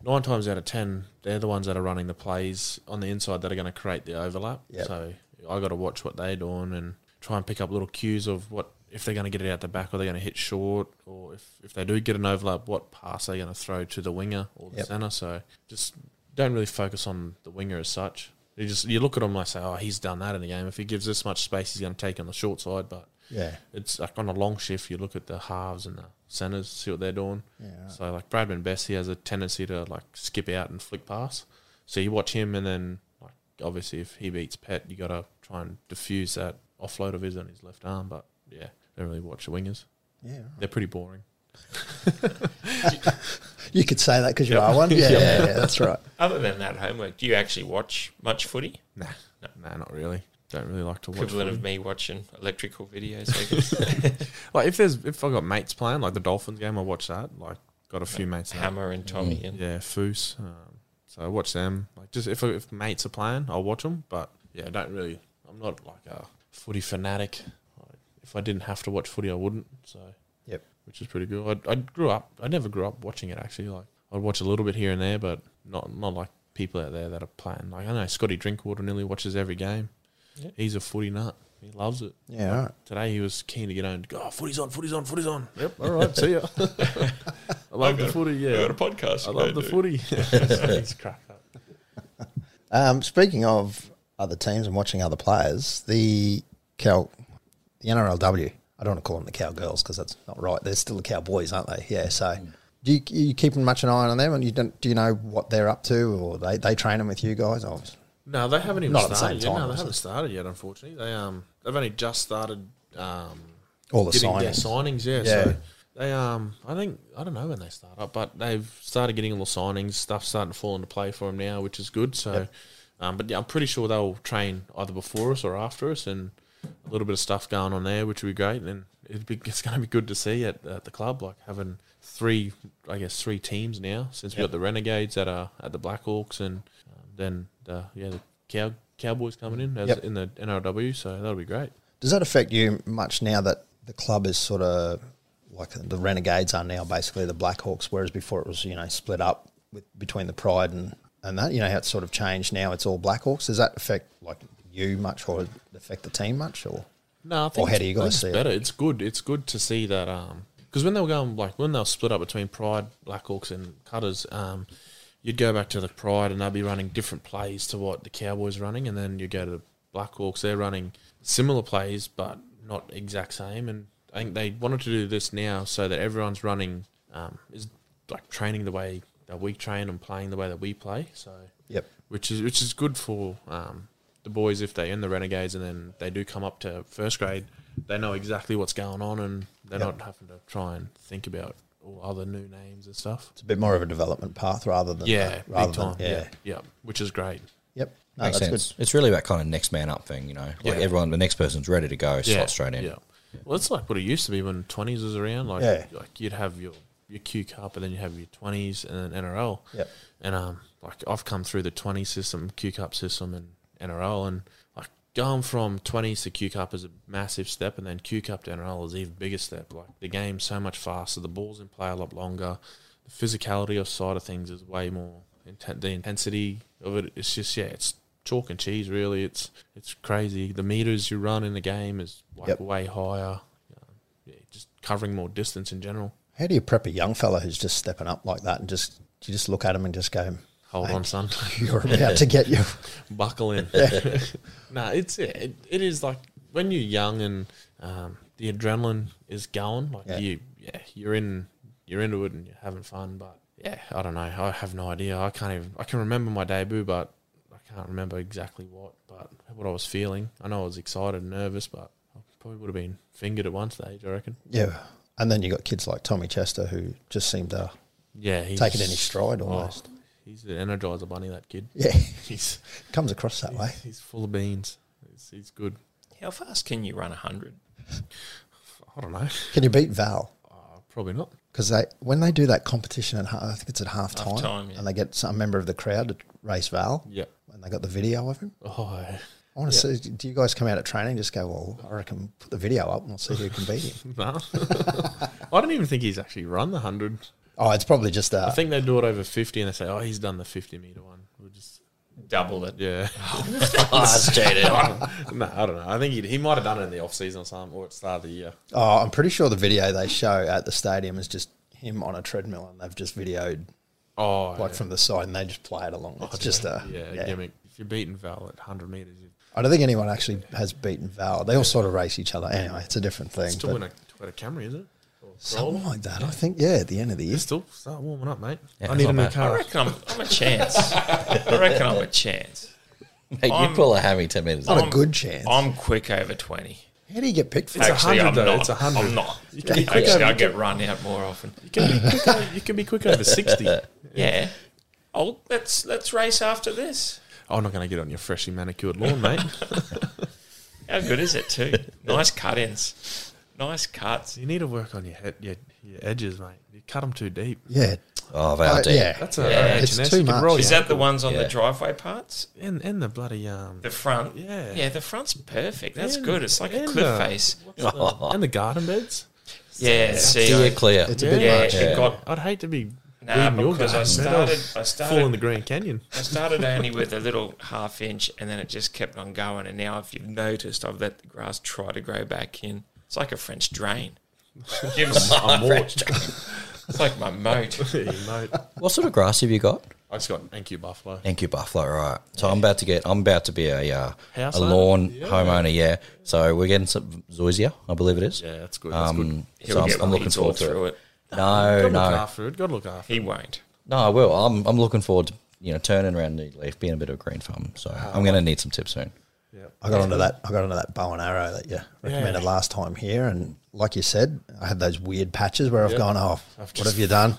nine times out of ten, they're the ones that are running the plays on the inside that are going to create the overlap.
Yep.
So I got to watch what they're doing and try and pick up little cues of what if they're going to get it out the back or they're going to hit short or if, if they do get an overlap, what pass they're going to throw to the winger or the
Yep.
center. So just don't really focus on the winger as such. You just you look at him like say, oh, he's done that in the game. If he gives this much space, he's going to take on the short side. But
Yeah.
it's like on a long shift, you look at the halves and the centers, see what they're doing.
right.
So like Bradman Best, he has a tendency to like skip out and flick pass. So you watch him, and then like obviously if he beats Pet, you got to try and diffuse that offload of his on his left arm. But yeah, don't really watch the wingers.
Yeah.
They're pretty boring.
You could say that because you are
[laughs]
one. Yeah, yeah, yeah, that's right.
Other than that homework, do you actually watch much footy?
Nah, no, [laughs] nah, not really. Don't really like to watch.
Equivalent
footy.
of me watching electrical videos, I
[laughs]
guess.
Like if there's if I got mates playing like the Dolphins game, I watch that. Like got a few mates. that-
Hammer and Tommy and
Mm. Yeah, Foos. Um, so I watch them. Like just if if mates are playing, I'll watch them. But yeah, I don't really. I'm not like a footy fanatic. Like, if I didn't have to watch footy, I wouldn't. So
Yep.
which is pretty good. I, I grew up. I never grew up watching it actually. Like I'd watch a little bit here and there, but not not like people out there that are playing. Like I know Scotty Drinkwater nearly watches every game.
Yeah.
He's a footy nut. He loves it.
Yeah, right.
Today he was keen to get on. Go, oh, footy's on, footy's on, footy's on. Yep, all right, [laughs] see ya. I love the footy. Yeah,
I got a podcast. to
I love
go
the
do.
footy. He's cracked up.
Um, speaking of other teams and watching other players, the Cal, the NRLW. I don't want to call them the Cowgirls because that's not right. They're still the Cowboys, aren't they? Yeah. So, do you, you keeping much an eye on them, and you don't? Do you know what they're up to, or they they train them with you guys? Or,
No, they haven't even
Not at the
started
same
yet.
time,
No,
obviously.
they haven't started yet. Unfortunately, they um they've only just started um
all the
getting their
signings.
signings. Yeah,
Yeah.
so they um I think I don't know when they start up, but they've started getting all the signings. Stuff's starting to fall into play for them now, which is good. So, um, but yeah, I'm pretty sure they'll train either before us or after us, and a little bit of stuff going on there, which would be great. And it'd be, [laughs] it's going to be good to see at, at the club, like having three, I guess, three teams now since we got the Renegades that are at the Blackhawks and um, then the yeah the Cow, Cowboys coming in as
Yep.
in the NRW. So that'll be great.
Does that affect you much now that the club is sort of like the Renegades are now basically the Blackhawks, whereas before it was you know split up with, between the Pride and and that you know how it's sort of changed now. It's all Blackhawks. Does that affect like you much or affect the team much or?
No, I think
how
it's-
do you
I think
guys
it's
see it?
better. It's good. It's good to see that because when they were going like when they were split up between Pride, Blackhawks, and Cutters, um, you'd go back to the Pride and they'd be running different plays to what the Cowboys are running, and then you go to the Blackhawks, they're running similar plays but not exact same. And I think they wanted to do this now so that everyone's running um, is like training the way that we train and playing the way that we play. So
Yep.
which is which is good for um, the boys if they in the Renegades and then they do come up to first grade, they know exactly what's going on and they're
Yep.
not having to try and think about all other new names and stuff.
It's a bit more of a development path rather than
Yeah,
rather
big time.
than yeah.
yeah, yeah, which is great.
Yep. No,
Makes
that's
sense.
good.
It's really that kind of next man up thing, you know.
Yeah.
Like everyone, the next person's ready to go,
yeah,
slot straight in. [laughs]
Yeah. Well, it's like what it used to be when twenties was around. Like,
Yeah.
like you'd have your your Q Cup, and then you have your twenties, and then NRL.
Yep.
And um, like I've come through the twenty system, Q Cup system, and NRL, and like going from twenties to Q Cup is a massive step, and then Q Cup to NRL is even bigger step. Like the game's so much faster, the balls in play a lot longer, the physicality of side of things is way more. Inten- the intensity of it, it's just yeah, it's chalk and cheese really. It's it's crazy. The meters you run in the game is like
Yep.
way higher. Um, yeah, just covering more distance in general.
How do you prep a young fella who's just stepping up like that and just do you just look at him and just go,
Hold on, son.
"You're about to get [laughs] you."
[laughs] buckle
[laughs]
in. nah, it's it, it is like when you're young and um, the adrenaline is going. Like
Yeah.
you, yeah, you're in, you're into it and you're having fun. But yeah, I don't know. I have no idea. I can't even. I can remember my debut, but I can't remember exactly what. But what I was feeling. I know I was excited and nervous, but I probably would have been fingered at one stage. I reckon.
Yeah. And then you got kids like Tommy Chester who just seem to
Yeah, he's
take it in his stride
oh,
almost.
he's an energizer bunny. That kid.
Yeah.
He's
Comes across that way.
he's full of beans. He's, he's good.
How fast can you run 100?
I don't know.
Can you beat Val?
Uh, probably not.
Because they when they do that competition at ha- I think it's at half time,
Halftime, yeah.
and they get some member of the crowd to race Val.
Yeah.
And they got the video of him.
Oh, [laughs] yeah.
I want to see. Do you guys come out at training and just go? Well, I reckon put the video up and we'll see who can beat him.
no. [laughs] I don't even think he's actually run the 100.
Oh, it's probably just uh,
I think they do it over 50 and they say, oh, he's done the 50 meter one. We'll just,
Double it.
[laughs] yeah.
Oh, that's
[laughs]
cheated.
no, I don't know. I think he, he might have done it in the off season or something or at the start of the year.
Oh, I'm pretty sure the video they show at the stadium is just him on a treadmill, and they've just videoed
Oh,
like
yeah. Oh,
from the side, and they just play it along. It's just a
yeah,
yeah.
gimmick. If you're beating Val at 100 meters, you
I don't think anyone actually has beaten Val. They all sort of race each other. Anyway, it's a different thing.
still
But
win a, win a camera, is it? Or
something
roller?
like that, I think. Yeah, at the end of the year.
You still start warming up, mate.
Yeah,
I need
not
a new
bad.
I
car.
reckon I'm, I'm a chance. I reckon I'm a chance.
Mate, you
I'm-
pull a hammy 10 metres.
Not
out.
a good chance.
I'm quick over 20.
How do you get picked for
It's
that?
a
Actually,
100
I'm
though,
not.
it's a 100.
I'm not.
can be quick
Actually,
over-
I get run out more often.
You can be quick over, you can be quick over [laughs] 60.
Yeah. Oh, let's let's race after this.
Oh, I'm not going to get on your freshly manicured lawn, [laughs] mate.
How good is it
[laughs]
too? Nice cut ins. Nice cuts.
you need to work on your head, your, your edges, mate. You cut them too deep.
Yeah.
Oh, they are
Uh,
deep.
yeah.
That's a
Yeah,
an
it's
H&S,
too
you can
much.
roll
Is
your-
that the ones on
Oh, Yeah.
the driveway parts?
and and the bloody um
The front.
Yeah.
Yeah, the front's perfect. That's
And-
good. It's like a
and,
cliff
uh,
face.
[laughs]
and the garden beds.
Yeah, see.
Steer Oh, clear.
It's a
Yeah,
bit
yeah,
much.
it got
I'd hate to be
Nah,
weeding your
because I
garden.
started- I started-
fall in the
[laughs]
Grand Canyon.
I started only with a little half inch and then it just kept on going. And now, if you've noticed, I've let the grass try to grow back in. It's like a French
[laughs]
drain. Gives a French [laughs] drain. It's like my moat.
Yeah, mate.
What sort of grass have you got?
[laughs] I just got thank you buffalo.
Thank you, Buffalo. Right. So I'm about to get. I'm about to be a uh,
House
a
owner?
lawn homeowner. Yeah. So we're getting some zoysia, I believe it is.
Yeah, that's good. That's good.
Um.
He'll
So
get
I'm, I'm looking
weeds all
forward to
through
it.
it.
oh,
No,
Gotta look
no,
after it. Gotta look after
He
it.
won't.
no. I will. I'm. I'm looking forward to you know turning around new leaf, being a bit of a green thumb. So I'm going to need some tips soon.
I got onto that. I got onto that bow and arrow that you recommended last time here, and like you said, I had those weird patches where I've
Yeah.
gone, "Oh, what
just-
have you done?"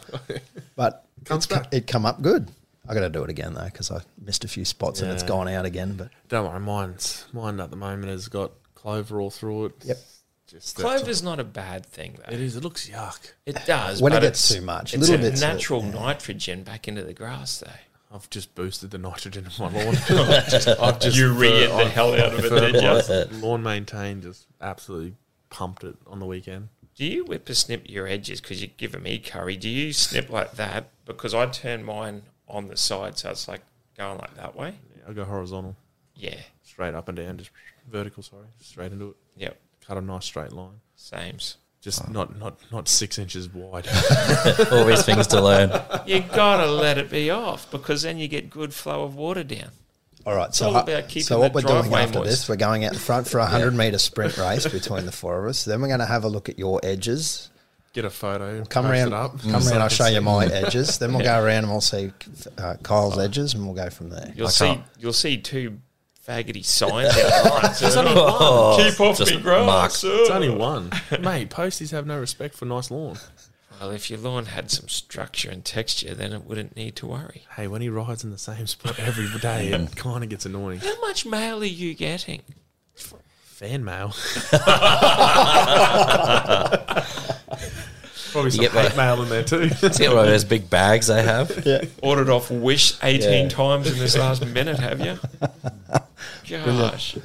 But
Comes
it's co-
back.
it come up good. I got to do it again though because I missed a few spots and it's
Yeah.
gone out again. But
Don't worry, mine's mine at the moment has got clover all through it.
Yep.
Just that-
Clover's not a bad thing, though.
It is. It looks yuck.
It does.
When it
but
gets
it's-
too much,
it's
little
a
bits of it,
natural nitrogen back into the grass, though.
I've just boosted the nitrogen in my lawn. [laughs] I've just, I've just
Urea the
I've
hell out of it, did ya?
fertilised
uh,
it. Lawn maintain just absolutely pumped it on the weekend.
Do you whipper snip your edges because you give them e curry? Do you snip like that? Because I turn mine on the side, so it's like going like that way.
I go horizontal,
Yeah.
straight up and down, just vertical. Sorry, straight into it.
Yep.
Cut a nice straight line.
Sames.
Just not not not six inches
[laughs]
wide.
All these things to learn. [laughs]
you gotta let it be off because then you get good flow of water down.
all right, so
all
I-
about keeping
so what
the
we're doing
driveway
after
moist.
this, we're going out the front for a hundred meter sprint race between the four of us. Then we're going to have a look at your edges.
Get a photo.
Come
post
around,
It up,
come
so
around.
I
I'll
can
show
see.
you my edges.
[laughs]
Then we'll go around and we'll see uh, Kyle's edges, and we'll go from there.
You'll
I
see
can't.
you'll see two faggoty signs out front.
Oh,
Keep off
just
me grass.
mark.
It's only one, mate. Posties have no respect for nice lawn.
Well, if your lawn had some structure and texture, then it wouldn't need to worry.
Hey, when he rides in the same spot every day,
[laughs]
it kind of gets annoying.
How much mail are you getting?
Fan
[laughs]
mail. [laughs] Probably some
get
hate
my-
mail in there
[laughs]
too.
See what those big bags they have.
Ordered off Wish 18
Yeah.
times in this last minute, have
[laughs]
you? Gosh.
You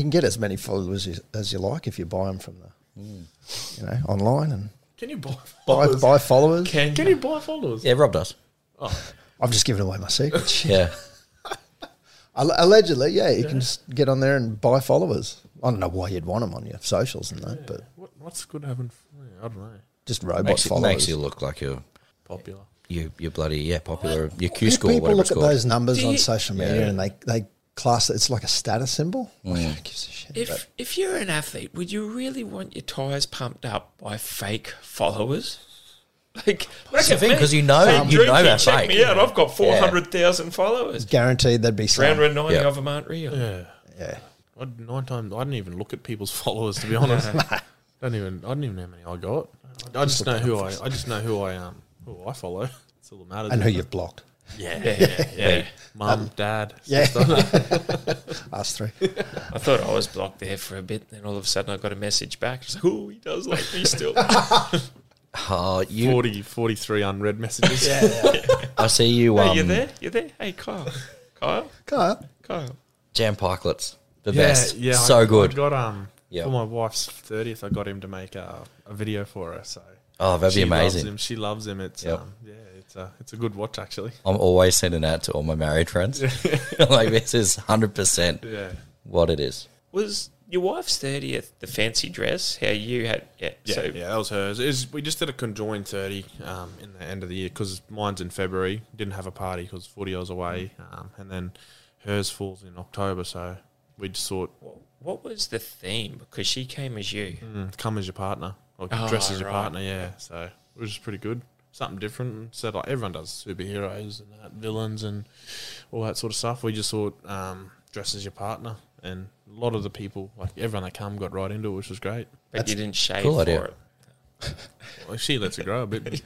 can get as many followers as, as you like if you buy them from the, you know, online and
Can you buy
buy,
followers?
buy followers.
Can
Can you buy followers?
Yeah, Rob does.
I've just given away my secret.
[laughs]
Shit.
Yeah.
Al- Allegedly, yeah, you can just get on there and buy followers. I don't know why you'd want them on your socials and that, but
What, what's good having? I don't know.
just robot
Makes you,
followers.
makes you look like you're
Popular.
you you're bloody yeah popular. Your Q
If
score,
people
whatever
look
it's
at
called.
those numbers
Do
on
you-
social media and they, they class it, it's like a status symbol.
Mm.
Like, who gives a shit?
If
But
if you're an athlete, would you really want your tires pumped up by fake followers? Like that's
the thing, 'cause you know- you know they're
check
fake.
me out. I've got four hundred thousand followers.
guaranteed there'd be
Round
some.
and ninety
Yeah.
of them aren't real.
Yeah.
Yeah.
I'd, nine times. I didn't even look at people's [laughs] followers to be
[laughs]
honest. don't even. I didn't even know how many I got. I, I just know who I. I just know who I um who I follow. [laughs] That's all that matters.
And who you've blocked.
Yeah,
[laughs]
yeah, yeah.
Um,
Mum, dad,
Yeah.
sister.
[laughs] Us three.
I thought I was blocked there for a bit, then all of a sudden I got a message back. It's like, oh, he does like me
[laughs]
still.
Oh, you
40, 43 unread
[laughs]
messages. Yeah,
I see you. Um,
hey, you there? You there? Hey, Kyle, Kyle,
Kyle.
Kyle.
Jam pikelets, the
yeah,
best.
yeah.
so
I,
good.
I got um
Yeah.
for my wife's thirtieth. I got him to make a, a video for her. So
oh, that'd
she
be
Loves
amazing.
him. She loves him. It's
Yep.
um, yeah, it's a it's a good watch actually.
I'm always sending that to all my married friends. [laughs] like this is hundred percent
Yeah,
what it is.
Was your wife's thirtieth the fancy dress? How you had? Yeah.
yeah,
so
yeah. That was hers. Is we just did a conjoined thirty um in the end of the year because mine's in February. Didn't have a party because forty I was away.
Mm.
Um, and then hers falls in October. So we just thought
wh- What was the theme? Because she came as you.
mm, come as your partner or
Oh,
dress as your
right.
partner. Yeah, so it was pretty good. Something different. So like everyone does superheroes and that, villains and all that sort of stuff. We just thought um, dress as your partner. And a lot of the people, like everyone that come, got right into it, which was great.
But you didn't shave
cool
for
idea.
it.
Well, she lets it grow
[laughs]
a bit.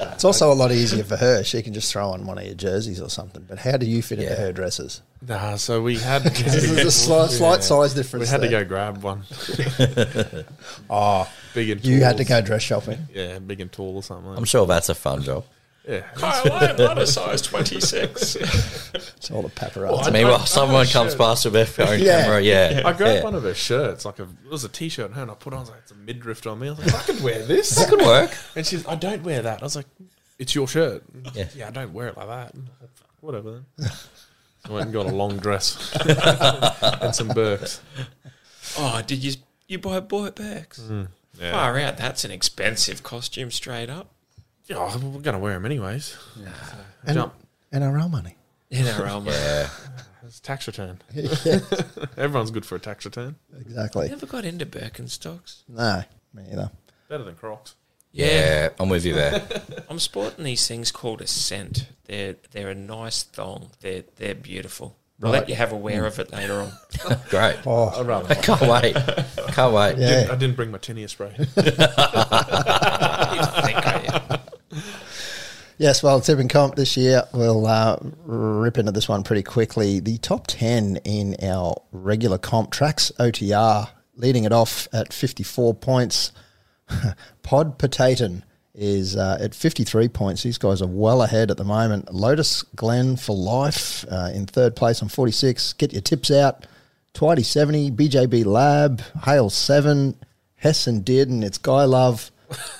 It's also a lot easier for her. She can just throw on one of your jerseys or something. But how do you fit into her dresses?
Nah, so we [laughs] had
Because there's a slight, slight size difference.
we had to
there.
go
[laughs]
grab one.
Oh,
Big and tall.
you had to go dress shopping.
Yeah, big and tall or something.
I'm sure that's a fun job.
yeah.
Kyle, I am not a size
[laughs]
26.
It's all the paparazzi.
Well, I-
Meanwhile,
I-
someone
oh,
comes
shit.
past with their phone
Yeah.
camera. Yeah,
I grabbed
yeah.
one of her shirts, like a, it was a t-shirt, and her, and I put it on. I was like, "It's a midriff on me." I was like, "I could wear this,"
[laughs]
That could work.
and she's, "I don't wear that." I was like, "It's your shirt."
Yeah.
yeah, I don't wear it like that. Whatever.
[laughs]
Then. I went and got a long dress and some Birks.
oh, did you you buy Boy Burks?
Mm,
Far out. That's an expensive costume, straight up.
Yeah, we're gonna wear them anyways.
and
jump.
NRL money.
[laughs]
NRL, mate.
It's tax return.
[laughs] yeah,
[laughs] Everyone's good for a tax return.
exactly.
Never got into Birkenstocks.
No, me either.
Better than Crocs.
Yeah, I'm with you
[laughs]
there.
I'm sporting these things called a scent. They're they're a nice thong. They're they're beautiful. I'll let you have a wear of it later [laughs] on.
Great.
Oh,
I can't wait. Can't wait.
I
yeah.
didn't bring my tinea spray.
Yes, well, tipping comp this year. We'll uh, rip into this one pretty quickly. The top 10 in our regular comp tracks, OTR, leading it off at 54 points. [laughs] Pod Potaton is uh, at 53 points. These guys are well ahead at the moment. Lotus Glen for life uh, in third place on 46. Get your tips out. Twitey 70, BJB Lab, Hale 7, Hess and Dearden, it's Guy Love, [laughs]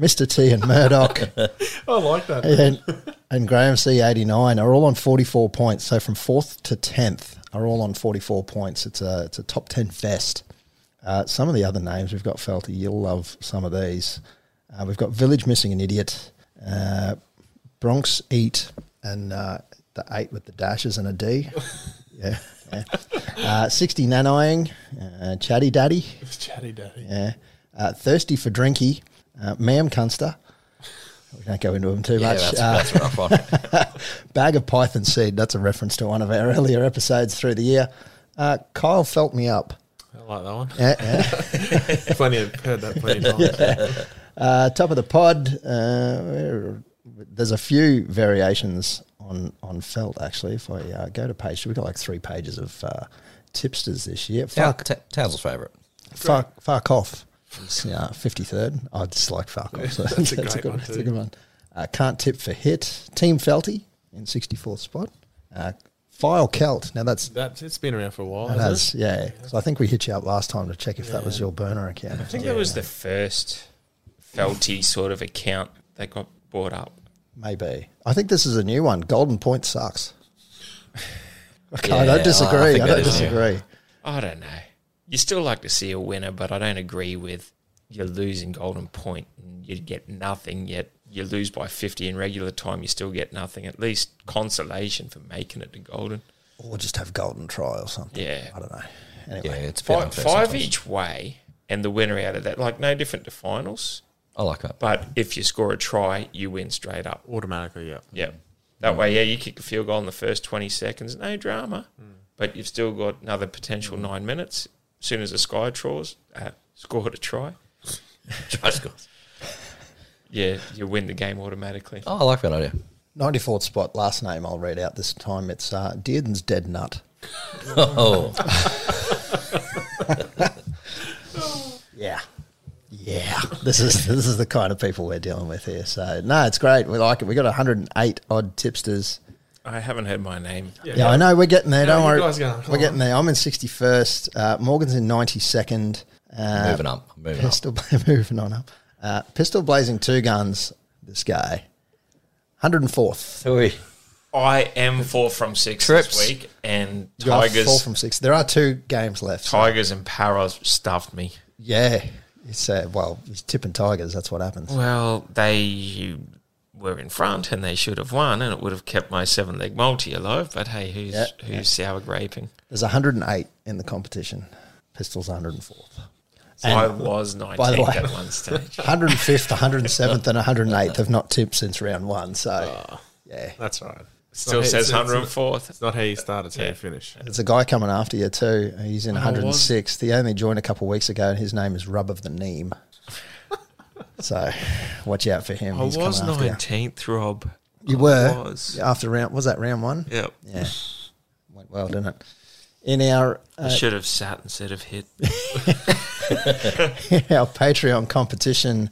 Mr. T and Murdoch.
[laughs] I like that.
and, and Graham C eighty nine are all on forty four points. So from fourth to tenth are all on forty four points. It's a it's a top ten fest. Uh, some of the other names we've got Felty. You'll love some of these. Uh, we've got Village missing an idiot, uh, Bronx eat, and uh, the eight with the dashes and a
[laughs]
D. yeah. yeah. Uh, 60 nanoying, uh, chatty daddy,
It's chatty daddy.
yeah. Uh, thirsty for drinky, uh, ma'am cunster. We don't go into them too
Yeah,
much.
that's,
Uh,
that's a rough
[laughs]
one.
Bag of Python Seed. That's a reference to one of our [laughs] earlier episodes through the year. Uh, Kyle felt me up. Eh,
I like that one.
Yeah,
[laughs]
yeah.
Plenty of heard that
[laughs]
plenty of times.
Uh, top of the pod. Uh, where- there's a few variations on on felt actually. If I uh, go to page, two, we've got like three pages of uh, tipsters this year.
Town-
Fuck,
Ta- Townsville's favourite.
fuck, fuck off. Yeah, fifty third. I just like fuck off.
[laughs]
So that's, a,
great
good
one
one. That's
too.
a good one. Uh, can't tip for hit. Team Felty in sixty fourth spot. Uh, File Celt. Now that's
That's it's been around for a while.
It
hasn't
has, yeah. So I think we hit you up last time to check if that was your burner account.
I think that was the first felty sort of account that got bought up.
Maybe. I think this is a new one. Golden Point
[laughs]
sucks. Okay, I
Yeah, I
don't disagree.
think
I,
that
don't
is new.
disagree.
I don't know. You still like to see a winner, but I don't agree with you losing golden point and you get nothing. Yet you lose by fifty in regular time, you still get nothing. At least consolation for making it to golden.
Or just have Golden Try or something.
Yeah.
I don't know.
Yeah,
Anyway.
it's a bit
Five,
unfair
five
sometimes.
each way, and the winner out of that, like no different to finals.
I like that.
But if you score a try, you win straight up.
it? Automatically, yeah.
Mm.
Yeah. That way, yeah, you kick a field goal in the first 20 seconds, no drama.
Mm.
But you've still got another potential nine minutes. As soon as the sky draws, uh, scored
[laughs]
a try.
Try scores.
Yeah, you win the game automatically.
Oh, I like that idea. [laughs]
94th spot, last name I'll read out this time. It's uh, Dearden's Dead Nut. Uh,
Oh,
Yeah. Yeah. [laughs] This is this is the kind of people we're dealing with here. So, no, it's great. We like it. we got 108 odd tipsters.
I haven't heard my name.
Yeah, I know. We're getting there.
No,
don't
you
worry.
guys go.
We're getting there. I'm in 61st. Uh, Morgan's in 92nd. Uh,
moving up. I'm Moving up.
Pistol [laughs] moving on up. Uh, pistol blazing two guns. This guy, 104th.
Hooey.
I am four from six
Trips.
this week, and
You are four
Tigers
from six. There are two games left. so-
Tigers and Paras stuffed me.
yeah, it's uh, well, it's tipping tigers. That's what happens.
Oh.
Well, they were in front and they should have won, and it would have kept my seven leg multi alive. But hey, who's
Yeah.
who's sour graping?
There's 108 in the competition. Pistols 104th.
I was 19
by the way-
at [laughs] one stage.
Ah.
105th, 107th, and 108th have not tipped since round one. So, yeah,
That's all right.
Still
It's-
says
it's-
hundred and fourth.
It's not how you start, it's how
Yeah.
you finish.
There's a guy coming after you too. He's in
Oh,
106th. He only joined a couple of weeks ago, and his name is Rub of the
[laughs]
Neem. so, watch out for him.
I
He's
was
coming after you.
nineteenth, Rob.
You were
I was.
after round. Was that round one?
Yep.
Yeah, went well, didn't it? In our
I
uh, [laughs]
should have sat instead of hit.
our Patreon competition.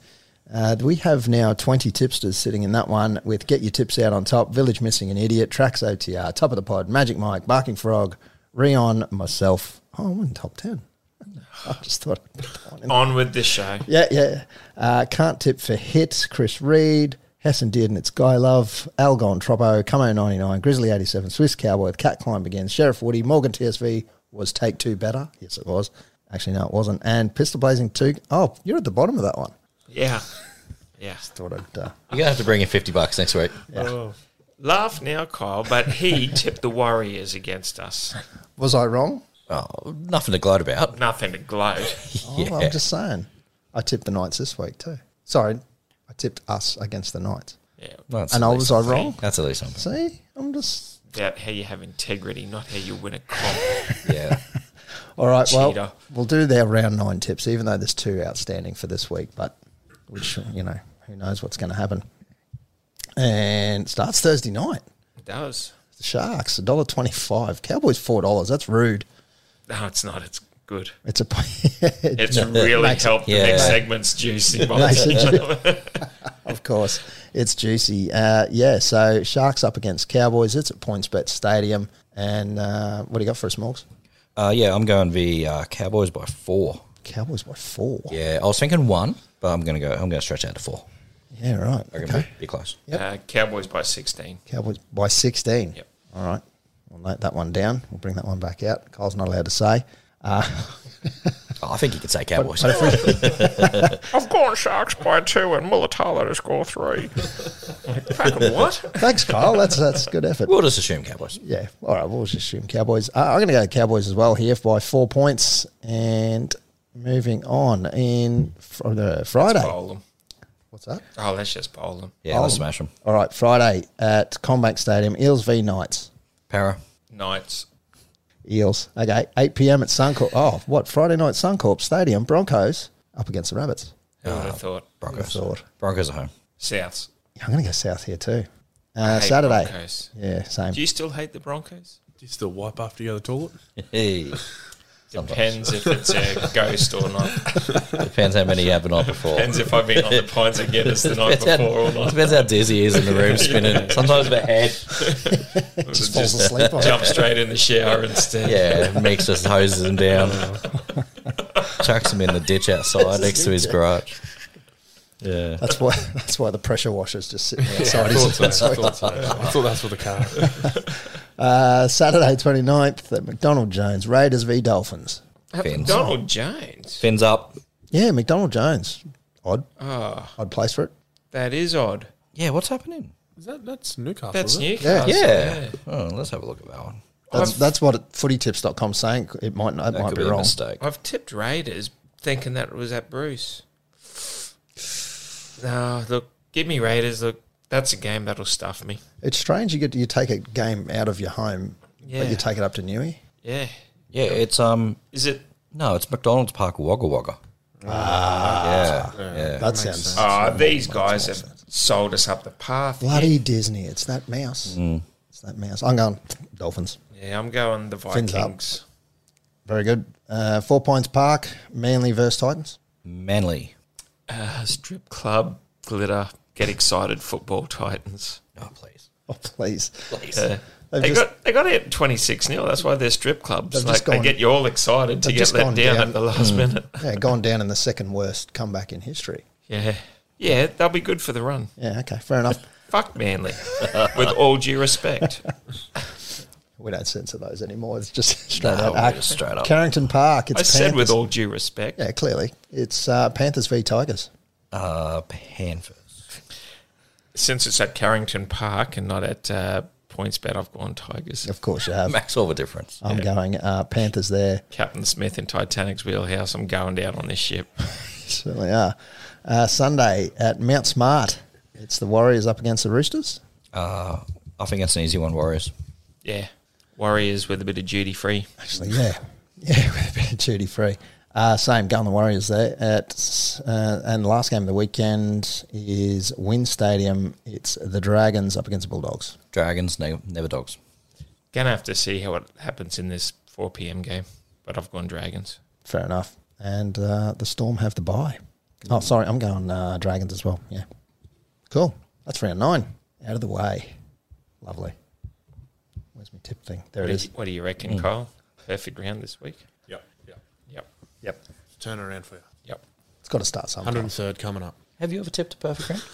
Uh, we have now 20 tipsters sitting in that one with Get Your Tips Out on top, Village Missing an Idiot, Tracks OTR, Top of the Pod, Magic Mike, Barking Frog, Rion, myself. Oh, I'm in top 10. [laughs] I just thought I'd put that one in.
[laughs] On with the show.
Yeah, yeah. Uh, can't tip for hits. Chris Reed, Hassan Did and it's Guy Love, Algon Troppo, Como 99, Grizzly 87, Swiss Cowboy, Cat Climb Begins, Sheriff Woody, Morgan TSV was take two better. Yes, it was. Actually, no, it wasn't. And Pistol Blazing 2. Oh, you're at the bottom of that one.
Yeah. Yeah.
Thought I'd. Uh,
You're gonna have to bring in fifty bucks next week.
Laugh now, Kyle, but he tipped the Warriors against us.
was I wrong?
Oh, nothing to gloat about.
Nothing to gloat. [laughs]
Oh, I'm just saying. I tipped the Knights this week, too. Sorry, I tipped us against the Knights.
Yeah.
That's
And
at
I
least
was I
something.
wrong?
That's at least something.
See, I'm just.
About how you have integrity, not how you win a comp.
Yeah.
All right,
Cheater.
well, we'll do their round nine tips, even though there's two outstanding for this week, but which, you know, who knows what's going to happen. And it starts Thursday night.
It does.
The Sharks, $1.25. Cowboys, $4. That's rude.
No, it's not. It's good.
It's a. [laughs]
It's really
makes it-
helped
yeah.
the next segment's juicy. by
Makes
the
it
way.
[laughs] Of course, it's juicy. Uh, yeah, so Sharks up against Cowboys. It's at PointsBet Stadium. And uh, what do you got for us, Morgs?
Uh, yeah, I'm going the uh, Cowboys by four.
Cowboys by four.
Yeah, I was thinking one, but I'm gonna go. I'm gonna stretch out to four.
Yeah, right.
I reckon
Okay.
be, be close.
Yep.
uh, Cowboys by 16.
Cowboys by 16.
Yep.
All right. We'll note that one down. We'll bring that one back out. Kyle's not allowed to say.
Oh, I think you could say Cowboys.
But if we,
I've gone Sharks by two and Mulatalo to score three. Fucking what?
thanks, Kyle. That's that's good effort.
we'll just assume Cowboys.
Yeah. All right. We'll just assume Cowboys. Uh, I'm going to go Cowboys as well here by four points. And moving on in from the Friday.
Bowl them.
What's that?
Oh, let's just bowl them.
Yeah, I'll
Oh.
smash them.
All right. Friday at Combank Stadium. Eels v Knights.
Para.
Knights.
Eels. Okay. 8 p.m. at Suncorp. Oh, what? Friday night Suncorp Stadium. Broncos up against the Rabbits.
Who would
Uh,
have thought?
Broncos.
Thought.
Broncos at home.
Souths.
Yeah, I'm going to go South here too. Uh,
hate
Saturday.
Broncos.
Yeah, same.
Do you still hate the Broncos?
Do you still wipe after you go to the toilet?
Hey.
Depends if it's a ghost or not.
Depends how many you have the night before.
Depends if I've been on the pines and Guinness the night
Depends how-
before or not.
Depends how dizzy he is in the
[laughs]
room spinning. Sometimes the head.
Just falls asleep on
Jump
it.
straight in the shower instead.
Yeah, Meeks just hoses
[laughs]
him down. Chucks him in the ditch outside next to his garage. Yeah.
That's why. [laughs] That's why the pressure washer's just sitting
[laughs]
outside.
I
his
thought so. I thought so. I thought that's for the car.
uh, Saturday 29th at McDonald Jones Raiders v Dolphins.
[laughs] Fins.
Donald Jones.
Fins up.
Yeah, McDonald Jones. Odd.
Ah.
Odd place for it.
That is odd.
Yeah, what's happening?
Is that that's Newcastle?
That's
is it?
Newcastle.
Yeah. Oh, let's have a look at that one.
That's
I've-
that's what footytips.com's saying. It might not. It
That
might
could
be
be a
wrong.
mistake.
I've tipped Raiders thinking that was at Bruce. No, look, give me Raiders. Look, that's a game that'll stuff me.
It's strange. You get you take a game out of your home,
Yeah.
but you take it up to Newey.
Yeah.
Yeah, it's um
Is it?
no, it's McDonald's Park Wagga Wagga. Ah, yeah, yeah.
That sounds
Ah, these guys have sold us up the path.
bloody Disney. It's that mouse. It's that mouse. I'm going Dolphins.
Yeah, I'm going the
Fins up.
Vikings.
Very good. Uh, Four Points Park, Manly versus Titans. [laughs]
Manly.
Uh, strip club, glitter, get excited, football Titans.
Oh please.
Oh, please.
Please.
Yeah.
They've
They
just-
got they got it twenty six 0 That's why they're strip clubs.
They've
Like
just
they
gone-
get you all excited to
they've
get
just
let
gone
down,
down. Mm.
at the last minute.
Yeah, gone down in the second worst comeback in history.
Yeah, yeah, they'll be good for the run.
Yeah, okay, fair enough. [laughs]
Fuck Manly, with all due respect.
We don't censor those anymore. It's just [laughs] straight up.
No, we're just straight up.
Carrington Park. It's
I said with
Panthers-
all due respect.
Yeah, clearly. It's uh, Panthers v Tigers.
Uh Panthers.
Since it's at Carrington Park and not at uh, Points Bet, I've gone Tigers.
Of course you
[laughs]
have.
Max all the difference.
I'm going uh, Panthers there.
Captain Smith in Titanic's wheelhouse. I'm going down on
[laughs]
this ship.
Certainly are.
Ah.
Uh, Sunday at Mount Smart. It's the Warriors up against the Roosters.
Uh I think that's an easy one, Warriors.
Yeah. Warriors with a bit of duty free.
Actually, yeah, yeah, [laughs] with a bit of duty free. Uh, same gun the Warriors there at uh, and the last game of the weekend is Wynn Stadium. It's the Dragons up against the Bulldogs.
Dragons, ne- never dogs.
Gonna have to see how it happens in this 4 p.m. game, but I've gone Dragons.
Fair enough. And uh, the Storm have the bye. Oh, sorry, I'm going uh, Dragons as well. Yeah, cool. That's round nine out of the way. Lovely. Where's my tip thing? There
What
it
do,
is. Mm.
you, what do you reckon, Kyle? Perfect round this week?
Yep, yep.
Yep.
Yep,
Turn around for you.
Yep.
it's got to start sometime.
103rd coming up.
Have you ever tipped a perfect round?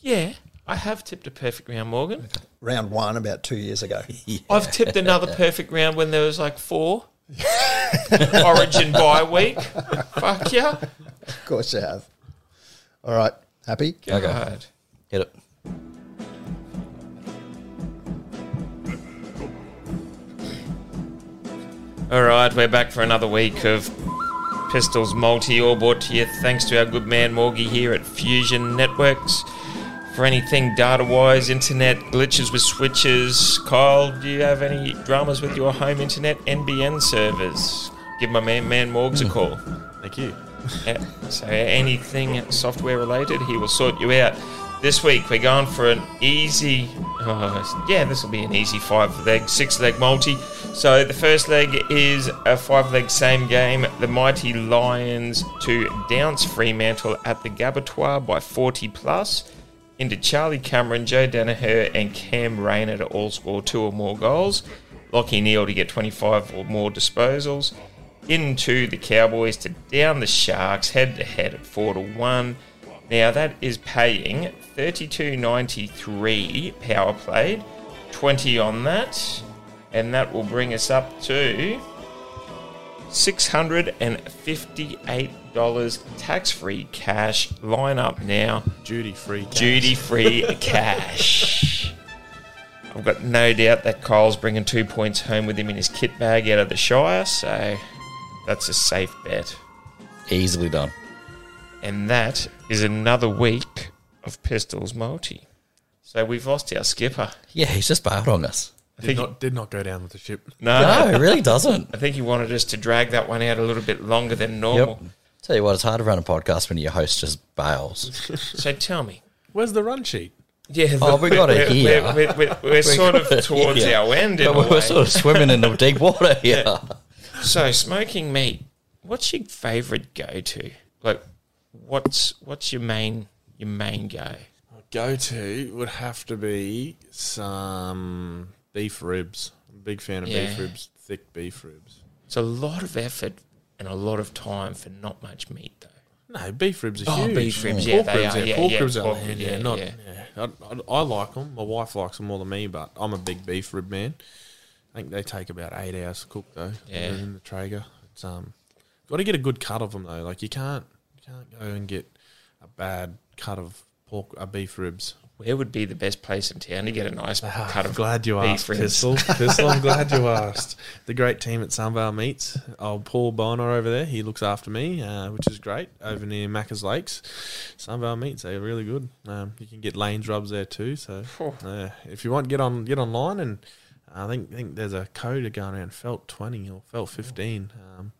Yeah. I have tipped a perfect round, Morgan.
Round one about two years ago.
I've tipped another perfect round when there was like four. Origin bye week. Fuck yeah.
Of course you have. All right, happy.
Okay.
God.
Hit it.
All right, we're back for another week of Pistols Multi, all brought to you thanks to our good man Morgie here at Fusion Networks. For anything data wise, internet glitches with switches. Kyle, do you have any dramas with your home internet NBN servers? Give my man, man Morgs a call.
Thank you.
Yeah, Eh, so anything software related, he will sort you out. This week we're going for an easy, oh, yeah, this will be an easy five leg, six leg multi. So the first leg is a five leg same game. The mighty Lions to dance Fremantle at the Gabatoir by 40 plus. Into Charlie Cameron, Joe Danaher, and Cam Rayner to all score two or more goals. Lockie Neal to get 25 or more disposals into the Cowboys to down the Sharks head to head at four to one. Now that is paying thirty two ninety three power played, twenty on that, and that will bring us up to six hundred and fifty eight dollars tax free cash. Line up now,
Duty free. cash.
duty free cash. I've got no doubt that Kyle's bringing two points home with him in his kit bag out of the Shire, so that's a safe bet.
Easily done.
And that is another week of Pistols Multi. So we've lost our skipper.
Yeah, he's just bailed on us.
I
Did
think,
not, did not go down with the ship.
no,
No, it really doesn't.
I think he wanted us to drag that one out a little bit longer than
Yep.
normal.
Tell you what, it's hard to run a podcast when your host just bails.
So tell me.
Where's the run sheet?
Yeah,
Oh, we got
[laughs]
it
we're-
here.
We're, we're,
[laughs]
we're, we're sort of towards
Yeah.
our end in
But
a
we're
way.
sort of swimming in the deep
[laughs]
water here.
So smoking meat. What's your favourite go to? Like, what's what's your main your main go?
Go to would have to be some beef ribs. I'm a big fan of beef
Yeah.
ribs, thick beef ribs.
It's a lot of effort and a lot of time for not much meat though.
No, beef ribs are
Oh,
huge.
beef ribs, yeah,
pork
they
ribs
are, yeah,
pork
yeah,
ribs
pork
are.
ribs,
yeah,
yeah,
not.
yeah.
yeah. I, I, I like them. My wife likes them more than me, but I'm a big beef rib man. I think they take about eight hours to cook though.
Yeah.
They're in the Traeger. It's um, got to get a good cut of them though. Like you can't, you can't go and get a bad cut of pork, uh, beef ribs.
Where would be the best place in town to get a nice
Ah,
cut of
glad you
beef
asked,
ribs? [laughs]
Pistol. Pistol, I'm glad you asked. The great team at Sunvale Meats. Oh, Paul Bonner over there. He looks after me, uh, which is great. Over near Macca's Lakes, Sunvale Meats. They're really good. Um, you can get Lane's rubs there too. So
Phew.
uh, if you want, get on, get online, and I think think there's a code going around Felt twenty or Felt fifteen. Um,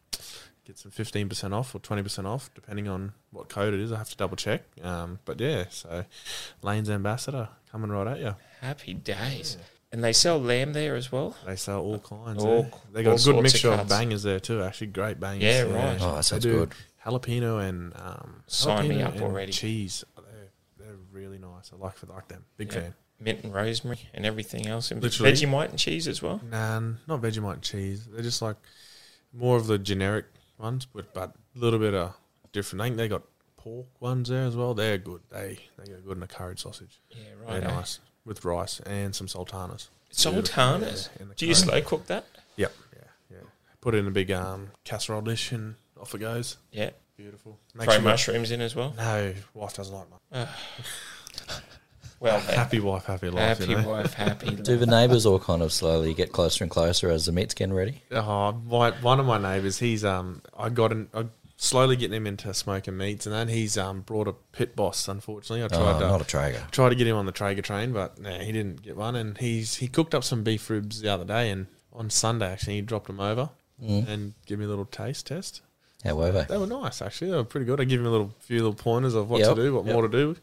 get some fifteen percent off or twenty percent off, depending on what code it is. I have to double check. Um, but yeah, so Lane's ambassador coming right at you.
Happy days. And they sell lamb there as well.
They sell all kinds.
All-
eh? They got
all
a
sorts
good
of
mixture of,
cuts.
bangers there too. Actually, great bangers.
Yeah, right.
Oh, that sounds
They do
good.
Jalapeno and um,
Sign me
jalapeno
up
and
already.
Cheese. Oh, They're, they're really nice. I like like them. Big
Yeah.
fan.
Mint and rosemary and everything else. And
Literally. Mm.
Vegemite and cheese as well.
Nah, not Vegemite and cheese. They're just like more of the generic ones, but but a little bit of different. I think they got pork ones there as well. They're good. They they go good in a curried sausage.
Yeah,
They're
right. eh?
nice with rice and some sultanas.
Sultanas.
Yeah, and the
Do you
curry.
slow cook that?
Yep. Yeah. Yeah. Put it in a big um, casserole dish and off it goes.
Yeah.
Beautiful.
Throw mushrooms in as
[laughs]
well.
No, wife doesn't like my
Well,
happy wife, happy life.
happy
you know?
wife, happy.
Do
life.
the neighbours all kind of slowly get closer and closer as the meat's getting ready?
Oh, my, one of my neighbours, he's um, I got an, I slowly getting him into smoking meats, and then he's um, brought a pit boss. Unfortunately, I tried
Oh,
to
not a Traeger.
tried to get him on the Traeger train, but no, he didn't get one. And he's he cooked up some beef ribs the other day, and on Sunday actually he dropped them over
Mm.
and gave me a little taste test.
How were they?
They were nice actually. They were pretty good. I give him a little few little pointers of what
Yep.
to do, what more to do.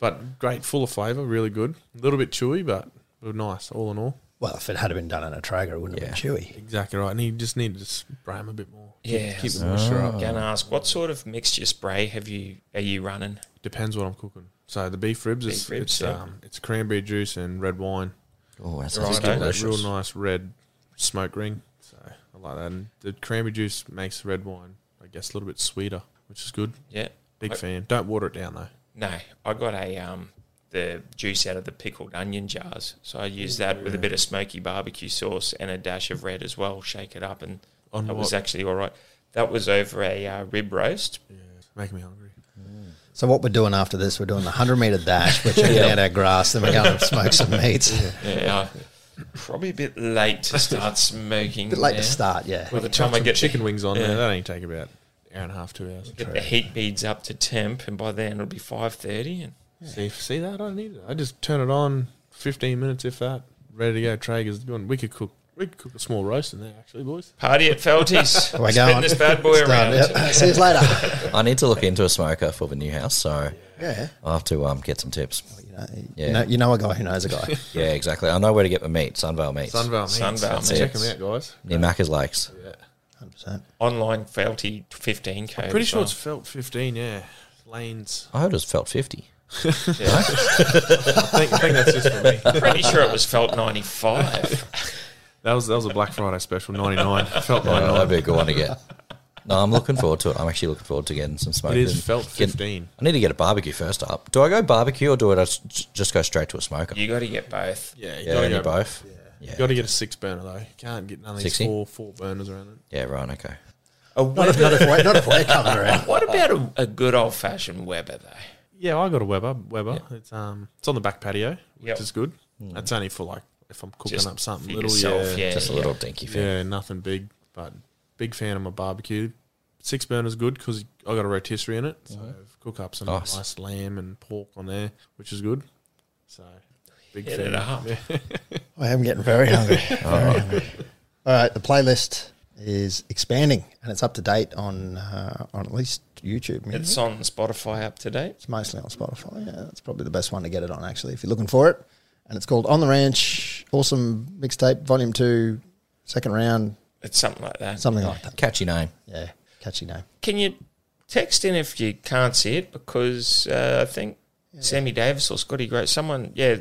But great, full of flavour, really good. A little bit chewy, but they were nice all in all.
Well, if it had been done in a Traeger, it wouldn't have been chewy.
Exactly right. And he just needed to spray him a bit more. Keep-
Yeah,
keep the moisture up.
Gonna ask what sort of mixture spray have you are you running?
Depends what I'm cooking. So the beef ribs, is
Beef ribs,
it's,
yeah.
um, it's cranberry juice and red wine.
Oh, that
Right,
sounds
eh?
Give it that
delicious.
real nice red smoke ring. So I like that. And the cranberry juice makes red wine, I guess, a little bit sweeter, which is good.
Yeah.
Big
I-
fan. Don't water it down though.
No, I got a um the juice out of the pickled onion jars, so I used that with a bit of smoky barbecue sauce and a dash of red as well. Shake it up, and
On
that was
what?
actually all right. That was over a uh, rib roast.
It's making me hungry.
So what we're doing after this, we're doing the hundred meter dash, we're checking out our grass, then we're going to smoke some meats.
Yeah, I- probably a bit late
[laughs]
to start smoking.
bit late
there.
to start, yeah.
By the
Chuck
time I
some
get
chicken
the,
wings on
yeah.
there, that only take about an hour and a half, two hours.
get the heat beads up to temp, and by then it'll be five thirty, and
See, see that? I don't need it. I just turn it on, fifteen minutes if that. Ready to go. Traeger's going. We could cook. We could cook a small roast in there, actually, boys.
party at Felties.
[laughs] We're
Spin
going.
this bad boy
It's done,
around.
yep. See you later.
[laughs] I need to look into a smoker for the new house, so
Yeah.
I'll have to um, get some tips.
You know,
Yeah.
you, know, you know a guy who knows a guy.
Yeah, exactly. I know where to get my meat, Sunvale Meats.
Sunvale.
Sunvale
Sunvale.
meats.
Check them out, guys.
Near Macca's Lakes.
100%.
Online Felty fifteen code.
Pretty
as
sure
well.
it's felt fifteen. Yeah, lanes.
I heard it was Felt 50.
I think, I think that's just for me.
[laughs]
pretty sure it was Felt ninety five.
That was that was a Black Friday special, ninety
[laughs]
nine. Felt
I
ninety
know
nine.
that'd be a good one to get. No, I'm looking forward to it. I'm actually looking forward to getting some smoke.
It is
and
felt
getting-
15.
I need to get a barbecue first up. Do I go barbecue or do I just just go straight to a smoker?
[laughs] You got to get both.
Yeah, you
yeah,
gotta
I need
go.
both. Yeah.
You gotta get a six burner though. You can't get none of these
60?
four four burners around it.
yeah, right. Okay.
A
Not if,
Weber.
not, if we're, not if we're coming around.
What about a, a good old fashioned Weber though?
Yeah, I got a Weber. Weber. It's um it's on the back patio, which
Yep.
is good. That's only for like if I'm cooking
Just
up something
for
little.
yourself,
yeah.
yeah.
Just a little dinky
yeah,
thing.
nothing big, but big fan of my barbecue. Six burner's good because I got a rotisserie in it, so cook up some
Nice.
nice. lamb and pork on there, which is good. So big
Hit
fan.
it up.
I am getting very hungry. Very hungry. All right, the playlist is expanding and it's up to date on uh, on at least YouTube. Music.
It's on Spotify up to date.
It's mostly on Spotify. Yeah, that's probably the best one to get it on, actually, if you're looking for it. And it's called On the Ranch, awesome mixtape, volume two, second round,
It's something like that.
something like that.
Catchy name.
Yeah, catchy name.
Can you text in if you can't see it? Because uh, I think Sammy Davis or Scotty Gray, someone, yeah,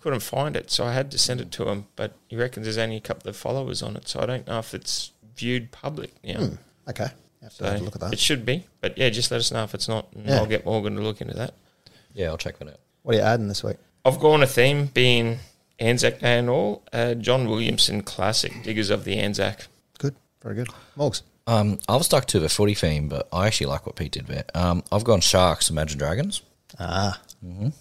couldn't find it, so I had to send it to
Hmm.
him. But he reckons there's only a couple of followers on it, so I don't know if it's viewed public now.
Hmm.
Okay, have to
So
have a look at
It
that.
should be, but yeah, just let us know if it's not, and
Yeah.
I'll get Morgan to look into that.
Yeah, I'll check that out.
What are you adding this week?
I've gone a theme being Anzac Day and all. Uh, John Williamson classic, Diggers of the Anzac.
Good, very good. Morgs.
Um, I've stuck to the footy theme, but I actually like what Pete did there. Um, I've gone Sharks, Imagine Dragons.
Ah,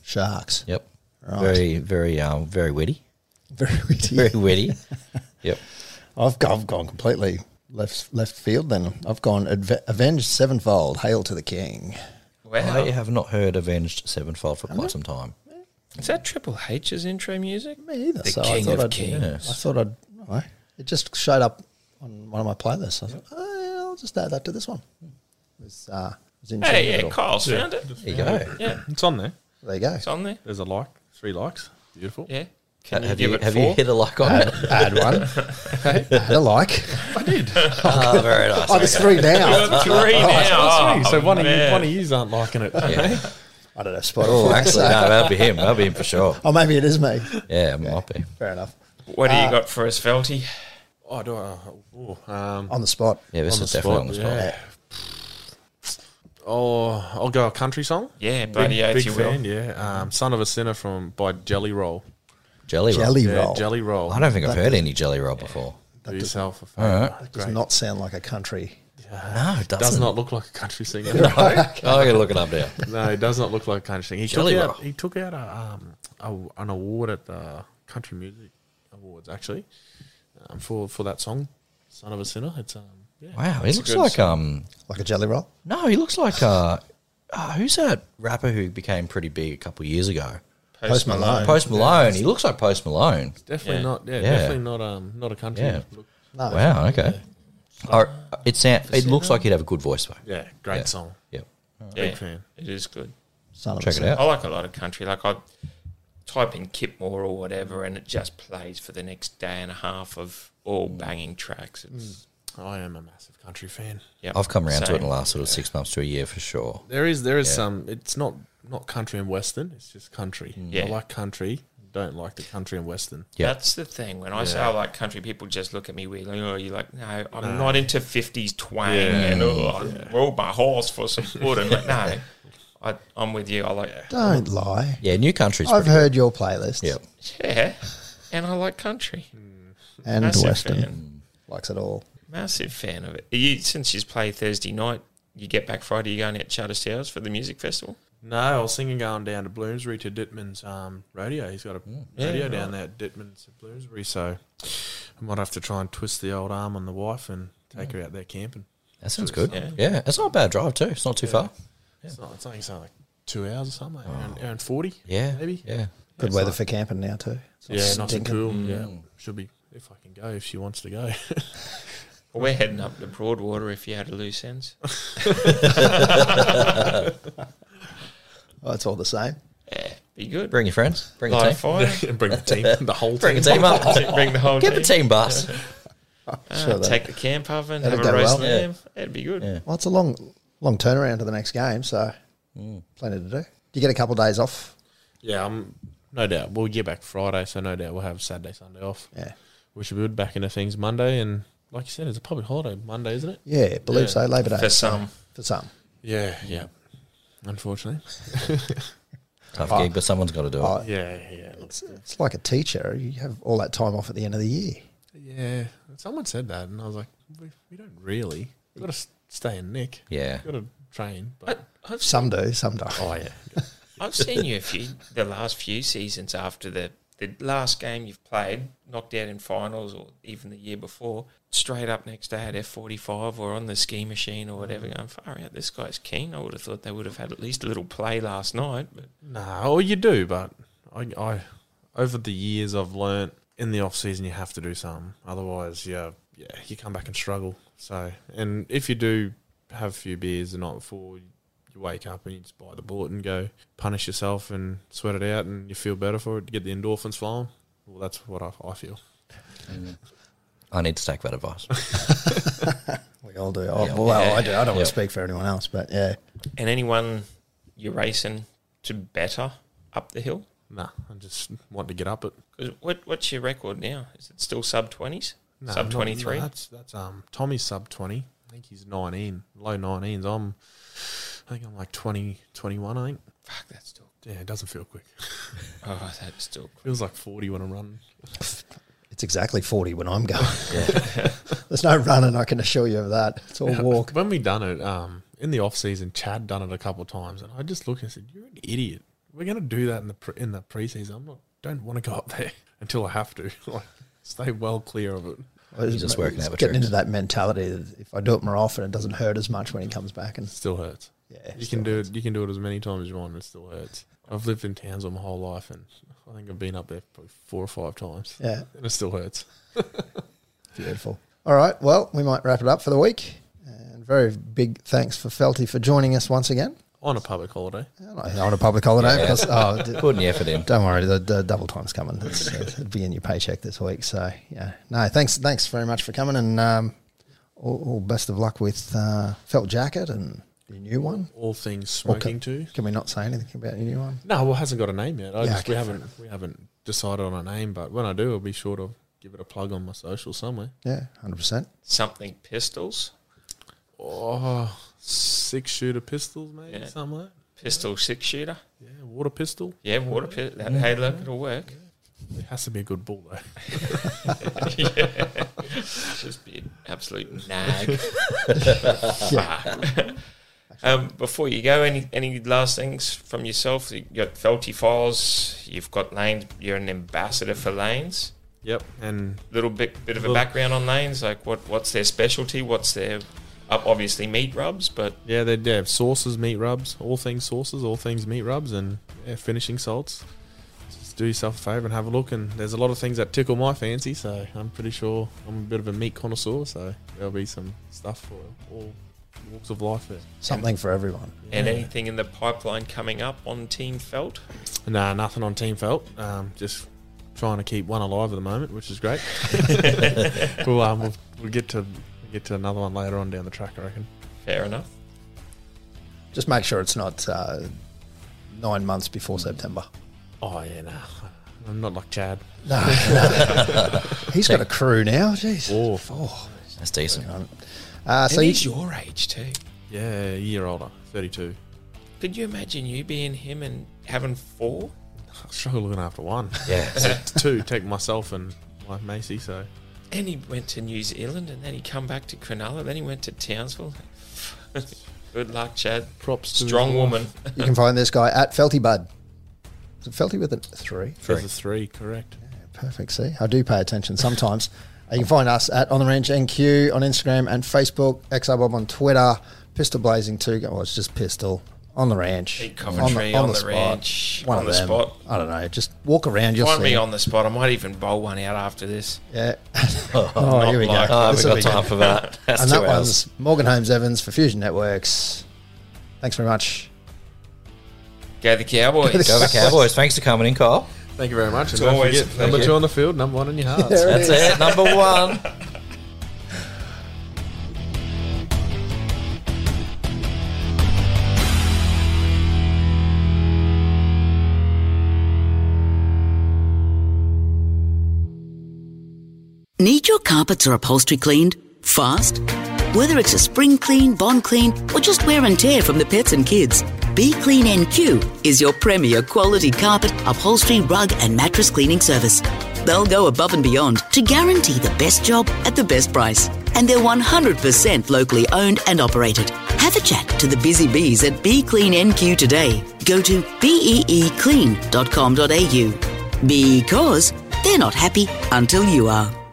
sharks.
Yep.
Right.
Very, very, um, very [laughs] witty.
[laughs] Very witty.
Very witty. yep.
[laughs] I've, go- I've gone completely left left field then. I've gone adve- Avenged Sevenfold, Hail to the King.
Wow.
I have not heard Avenged Sevenfold for quite some time.
Is that Triple H's intro music?
Me either.
The
so I
King
thought
of
I'd,
Kings.
I thought I'd. Well, it just showed up on one of my playlists. I thought, oh, yeah, I'll just add that to this one. It was, uh, it was in tune with
Hey,
it
yeah,
all.
Kyle's found it.
There you go.
Yeah,
It's on there.
There you go.
it's on there.
There's a like, three likes. Beautiful.
Yeah.
Ha-
Can
Uh, Have
give
you,
it
have you
four?
hit a like on it?
add one. add a like.
[laughs] Ah, very nice.
Oh, there's three now.
[laughs] Got three now. Oh,
Hey, so one of you,
man.
one of yous aren't liking it.
Yeah.
I don't know. Spot
Oh,
all.
[laughs] actually, no, that'd be him. That'd be him for sure. [laughs]
Oh, maybe it is me.
Yeah, it might be.
Fair enough.
What do you got for us, Felty?
[laughs] Oh, do I? Oh, um,
On the spot.
Yeah, this
On
is
the
definitely
spot,
on the spot.
yeah. oh, I'll go a country song.
Yeah, bloody oath
big
you
fan,
will.
yeah. Um, Son of a Sinner from by Jelly Roll.
Jelly, roll.
Jelly
Yeah,
roll.
Jelly Roll.
I don't think I've heard any jelly roll before.
Do yourself a
All
favour.
right.
Does not sound like a country.
No, it doesn't.
Does not look like a
[laughs]
country singer.
I'm going to look it up [laughs] now.
no, it does not look like a country singer. He
Jelly
took out,
Roll.
he took out a, um, a, an award at the Country Music Awards actually um, for for that song, Son of a Sinner. It's um,
Wow, he looks
good
like
song.
um
Like a jelly roll?
no, he looks like uh, uh who's that rapper who became pretty big a couple of years ago?
Post Malone.
Post Malone. He looks like Post Malone.
Definitely
Yeah.
not. Yeah,
Yeah.
definitely not. Um, not a country.
Yeah.
look.
No.
Wow. Okay. Or, it sound, It looks like he'd have a good voice though.
yeah great
Yeah.
song.
Yep.
Yeah,
fan.
it is good.
Son of a
Check it
son.
[laughs]
out.
I like a lot of country. Like I type in Kip Moore or whatever, and it just plays for the next day and a half of all banging tracks. It's,
I am a massive country fan.
yeah,
I've come around to
Oh,
it in
same.
the last sort of six months to a year for sure.
There is there is some. It's not not country and western. It's just country.
Yeah.
I like country. Don't like the country and western.
Yeah.
That's the thing. When I say I like country, people just look at me weirdly. Oh, you're like, no, I'm not into 50s twang and oh, I rode my horse for some wood. And like, no, I, I'm with you. I like,
Don't lie.
Yeah, new countries.
I've heard your playlist.
Yep.
yeah, and I like country.
And
Massive
Western.
fan.
Likes it all.
Massive fan of it. You, since you play Thursday night, you get back Friday, you're going out Charter Towers for the music festival?
No, I was thinking going down to Bloomsbury to Dittman's um, radio. He's got a
Mm.
radio down there at Dittman's at Bloomsbury, so I might have to try and twist the old arm on the wife and take her out there camping.
That sounds good.
Yeah.
Yeah. it's not a bad drive too. It's not too far.
It's not. It's only something like two hours or something. Hour, and, hour and forty.
Yeah.
maybe.
Yeah. mm.
Good weather for camping now, too. It's not
Yeah, nice and
stinking.
cool. Yeah, should be if I can go if she wants to go.
Well, we're heading up to Broadwater if you had a loose ends. [laughs]
Oh, it's all the same.
Yeah, be good.
Bring your friends. Bring your
Light a [laughs]
team.
fire.
[laughs] Bring the
[laughs]
team, the whole
Bring
team.
your
[laughs]
team up.
Bring the whole
Get the team bus.
[laughs] Ah,
Sure, that-
take the camp oven, have
that'd
a
go
roast
well.
lamb. That'd be good.
Yeah.
Well, it's a long, long turnaround to the next game, so plenty to do. Do you get a couple of days off?
Yeah, um, no doubt. We'll get back Friday, so no doubt we'll have Saturday, Sunday off.
Yeah.
We should be good back into things Monday, and like you said, it's a public holiday Monday, isn't it?
Yeah, believe so. Labor Day.
For some.
For some.
Yeah, yeah. Unfortunately.
Tough gig, but someone's got to do it.
Oh,
Yeah, yeah.
it's, it's like a teacher. You have all that time off at the end of the year.
Yeah. Someone said that, and I was like, we, we don't really. We've got to s- stay in Nick.
Yeah.
We've got to train.
I,
But
I've,
Some do, some don't.
Oh, yeah.
[laughs] I've seen you a few, the last few seasons after the, the last game you've played, knocked out in finals or even the year before, straight up next day at F45 or on the ski machine or whatever,
Mm-hmm.
going, far out, this guy's keen. I would have thought they would have had at least a little play last night. But
Nah, or you do, but I, I over the years I've learnt in the off season you have to do something. Otherwise, yeah, yeah, you come back and struggle. So, and if you do have a few beers the night before, you wake up and you just buy the bullet and go punish yourself and sweat it out, and you feel better for it. Get the endorphins flowing. Well, that's what I, I feel.
I need to take that advice.
We all do. Oh, well, I do. I don't
Yeah.
want to speak for anyone else, but yeah.
And anyone you're racing to better up the hill?
Nah, I just want to get up it.
'Cause what, what's your record now? Is it still sub 20s?
No,
sub
not-
23?
no, that's that's um Tommy's sub twenty. I think he's nineteen, low nineteens. I'm, I think I'm like 20, 21, I think.
Fuck, that's still.
Yeah, it doesn't feel quick.
Oh, that's still.
Feels like forty when I'm running.
It's exactly 40 when I'm going. [laughs] There's no running, I can assure you of that. It's all walk.
When we done it, um, in the off season, Chad done it a couple of times, and I just looked and said, "You're an idiot. We're gonna do that in the pre- in the preseason. I'm not. Don't want to go up there [laughs] until I have to. like, stay well clear of it.
It's-
just working
it's
out the
Getting
tricks.
into that mentality that if I do it more often, it doesn't hurt as much when he comes back. And
Still hurts.
Yeah,
you
still
can do it. You can do it as many times as you want. It still hurts. I've lived in towns my whole life, and I think I've been up there probably four or five times.
Yeah.
and it still hurts.
Beautiful. All right. Well, we might wrap it up for the week. And very big thanks for Felty for joining us once again
On a public holiday.
And I- on a public holiday. because- oh, d-
Putting the effort in.
don't worry, the, the double time's coming. It's, uh, it'll be in your paycheck this week. So yeah, no, thanks, thanks very much for coming, and um, all, all best of luck with uh, felt jacket and your new one.
All things
Or ca-
smoking too.
Can we not say anything about your new one?
No, well, it hasn't got a name yet. I
Yeah,
just, we
okay,
haven't we haven't decided on a name, but when I do, I'll be sure to give it a plug on my social somewhere.
Yeah, hundred percent.
Something pistols?
Oh, six shooter pistols, maybe
Yeah.
something like that.
Pistol six shooter?
Yeah, water pistol.
Yeah, water pit. That, Hey, look, it'll work. [laughs]
It has to be a good ball though.
Just be an absolute
[laughs]
nag. Fuck. um, before you go, any any last things from yourself? You got Felty Files. You've got Lanes. You're an ambassador for Lanes.
Yep. And
little bit bit of a
Well-
background on lanes, like what what's their specialty, what's their uh, obviously meat rubs, but
yeah, they they have sauces, meat rubs, all things sauces, all things meat rubs, and yeah, finishing salts. Just do yourself a favor and have a look. And there's a lot of things that tickle my fancy, so I'm pretty sure I'm a bit of a meat connoisseur. So there'll be some stuff for all walks of life there.
Something for everyone.
and anything in the pipeline coming up on Team Felt.
Nah, nothing on Team Felt. Um, just trying to keep one alive at the moment, which is [laughs] great. we'll, um, we'll, we'll get to get to another one later on down the track, I reckon.
Fair enough.
Just make sure it's not uh, nine months before September.
Oh yeah, nah. I'm not like Chad.
No, no. he's got a crew now. Jeez.
Oh,
That's decent.
Uh, so
So
you,
he's your age too.
yeah, a year older, 32.
Could you imagine you being him and having four?
I struggle looking after [laughs] one.
Yeah.
[laughs]
Two, take myself and my Macy. So
And he went to New Zealand, and then he come back to Cronulla, then he went to Townsville. [laughs] Good luck, Chad.
props. to his
Strong
wife.
woman.
you can find this guy at Felty Bud. Is it Felty with a three?
There's a three, correct?
Perfect. See, I do pay attention sometimes. Uh, you can find us at On the Ranch NQ on Instagram and Facebook, XRBob on Twitter, Pistol Blazing Two. Well, it's just Pistol on the ranch.
Pete Coventry on the ranch,
One
on
of
the
them.
spot.
I don't know. Just walk around. You'll
Find
see.
me on the spot. I might even bowl one out after this. [laughs]
Yeah. [laughs] oh, here we go.
like-
Oh, we've
This'll
got
be
time
good.
for that. That's
And
two
that
hours.
one's Morgan Holmes Evans for Fusion Networks. Thanks very much.
Go the Cowboys.
Go the Cowboys. Thanks for coming in, Kyle.
Thank you very much. And
don't
don't
always a
forget,
forget,
number
number pleasure.
two
two
on the field, number one in your heart.
That's it. Number one.
Need your carpets or upholstery cleaned? Fast? Whether it's a spring clean, bond clean, or just wear and tear from the pets and kids, Be Clean NQ is your premier quality carpet, upholstery, rug, and mattress cleaning service. They'll go above and beyond to guarantee the best job at the best price. And they're 100% locally owned and operated. Have a chat to the busy bees at Be Clean NQ today. Go to beeclean.com.au because they're not happy until you are.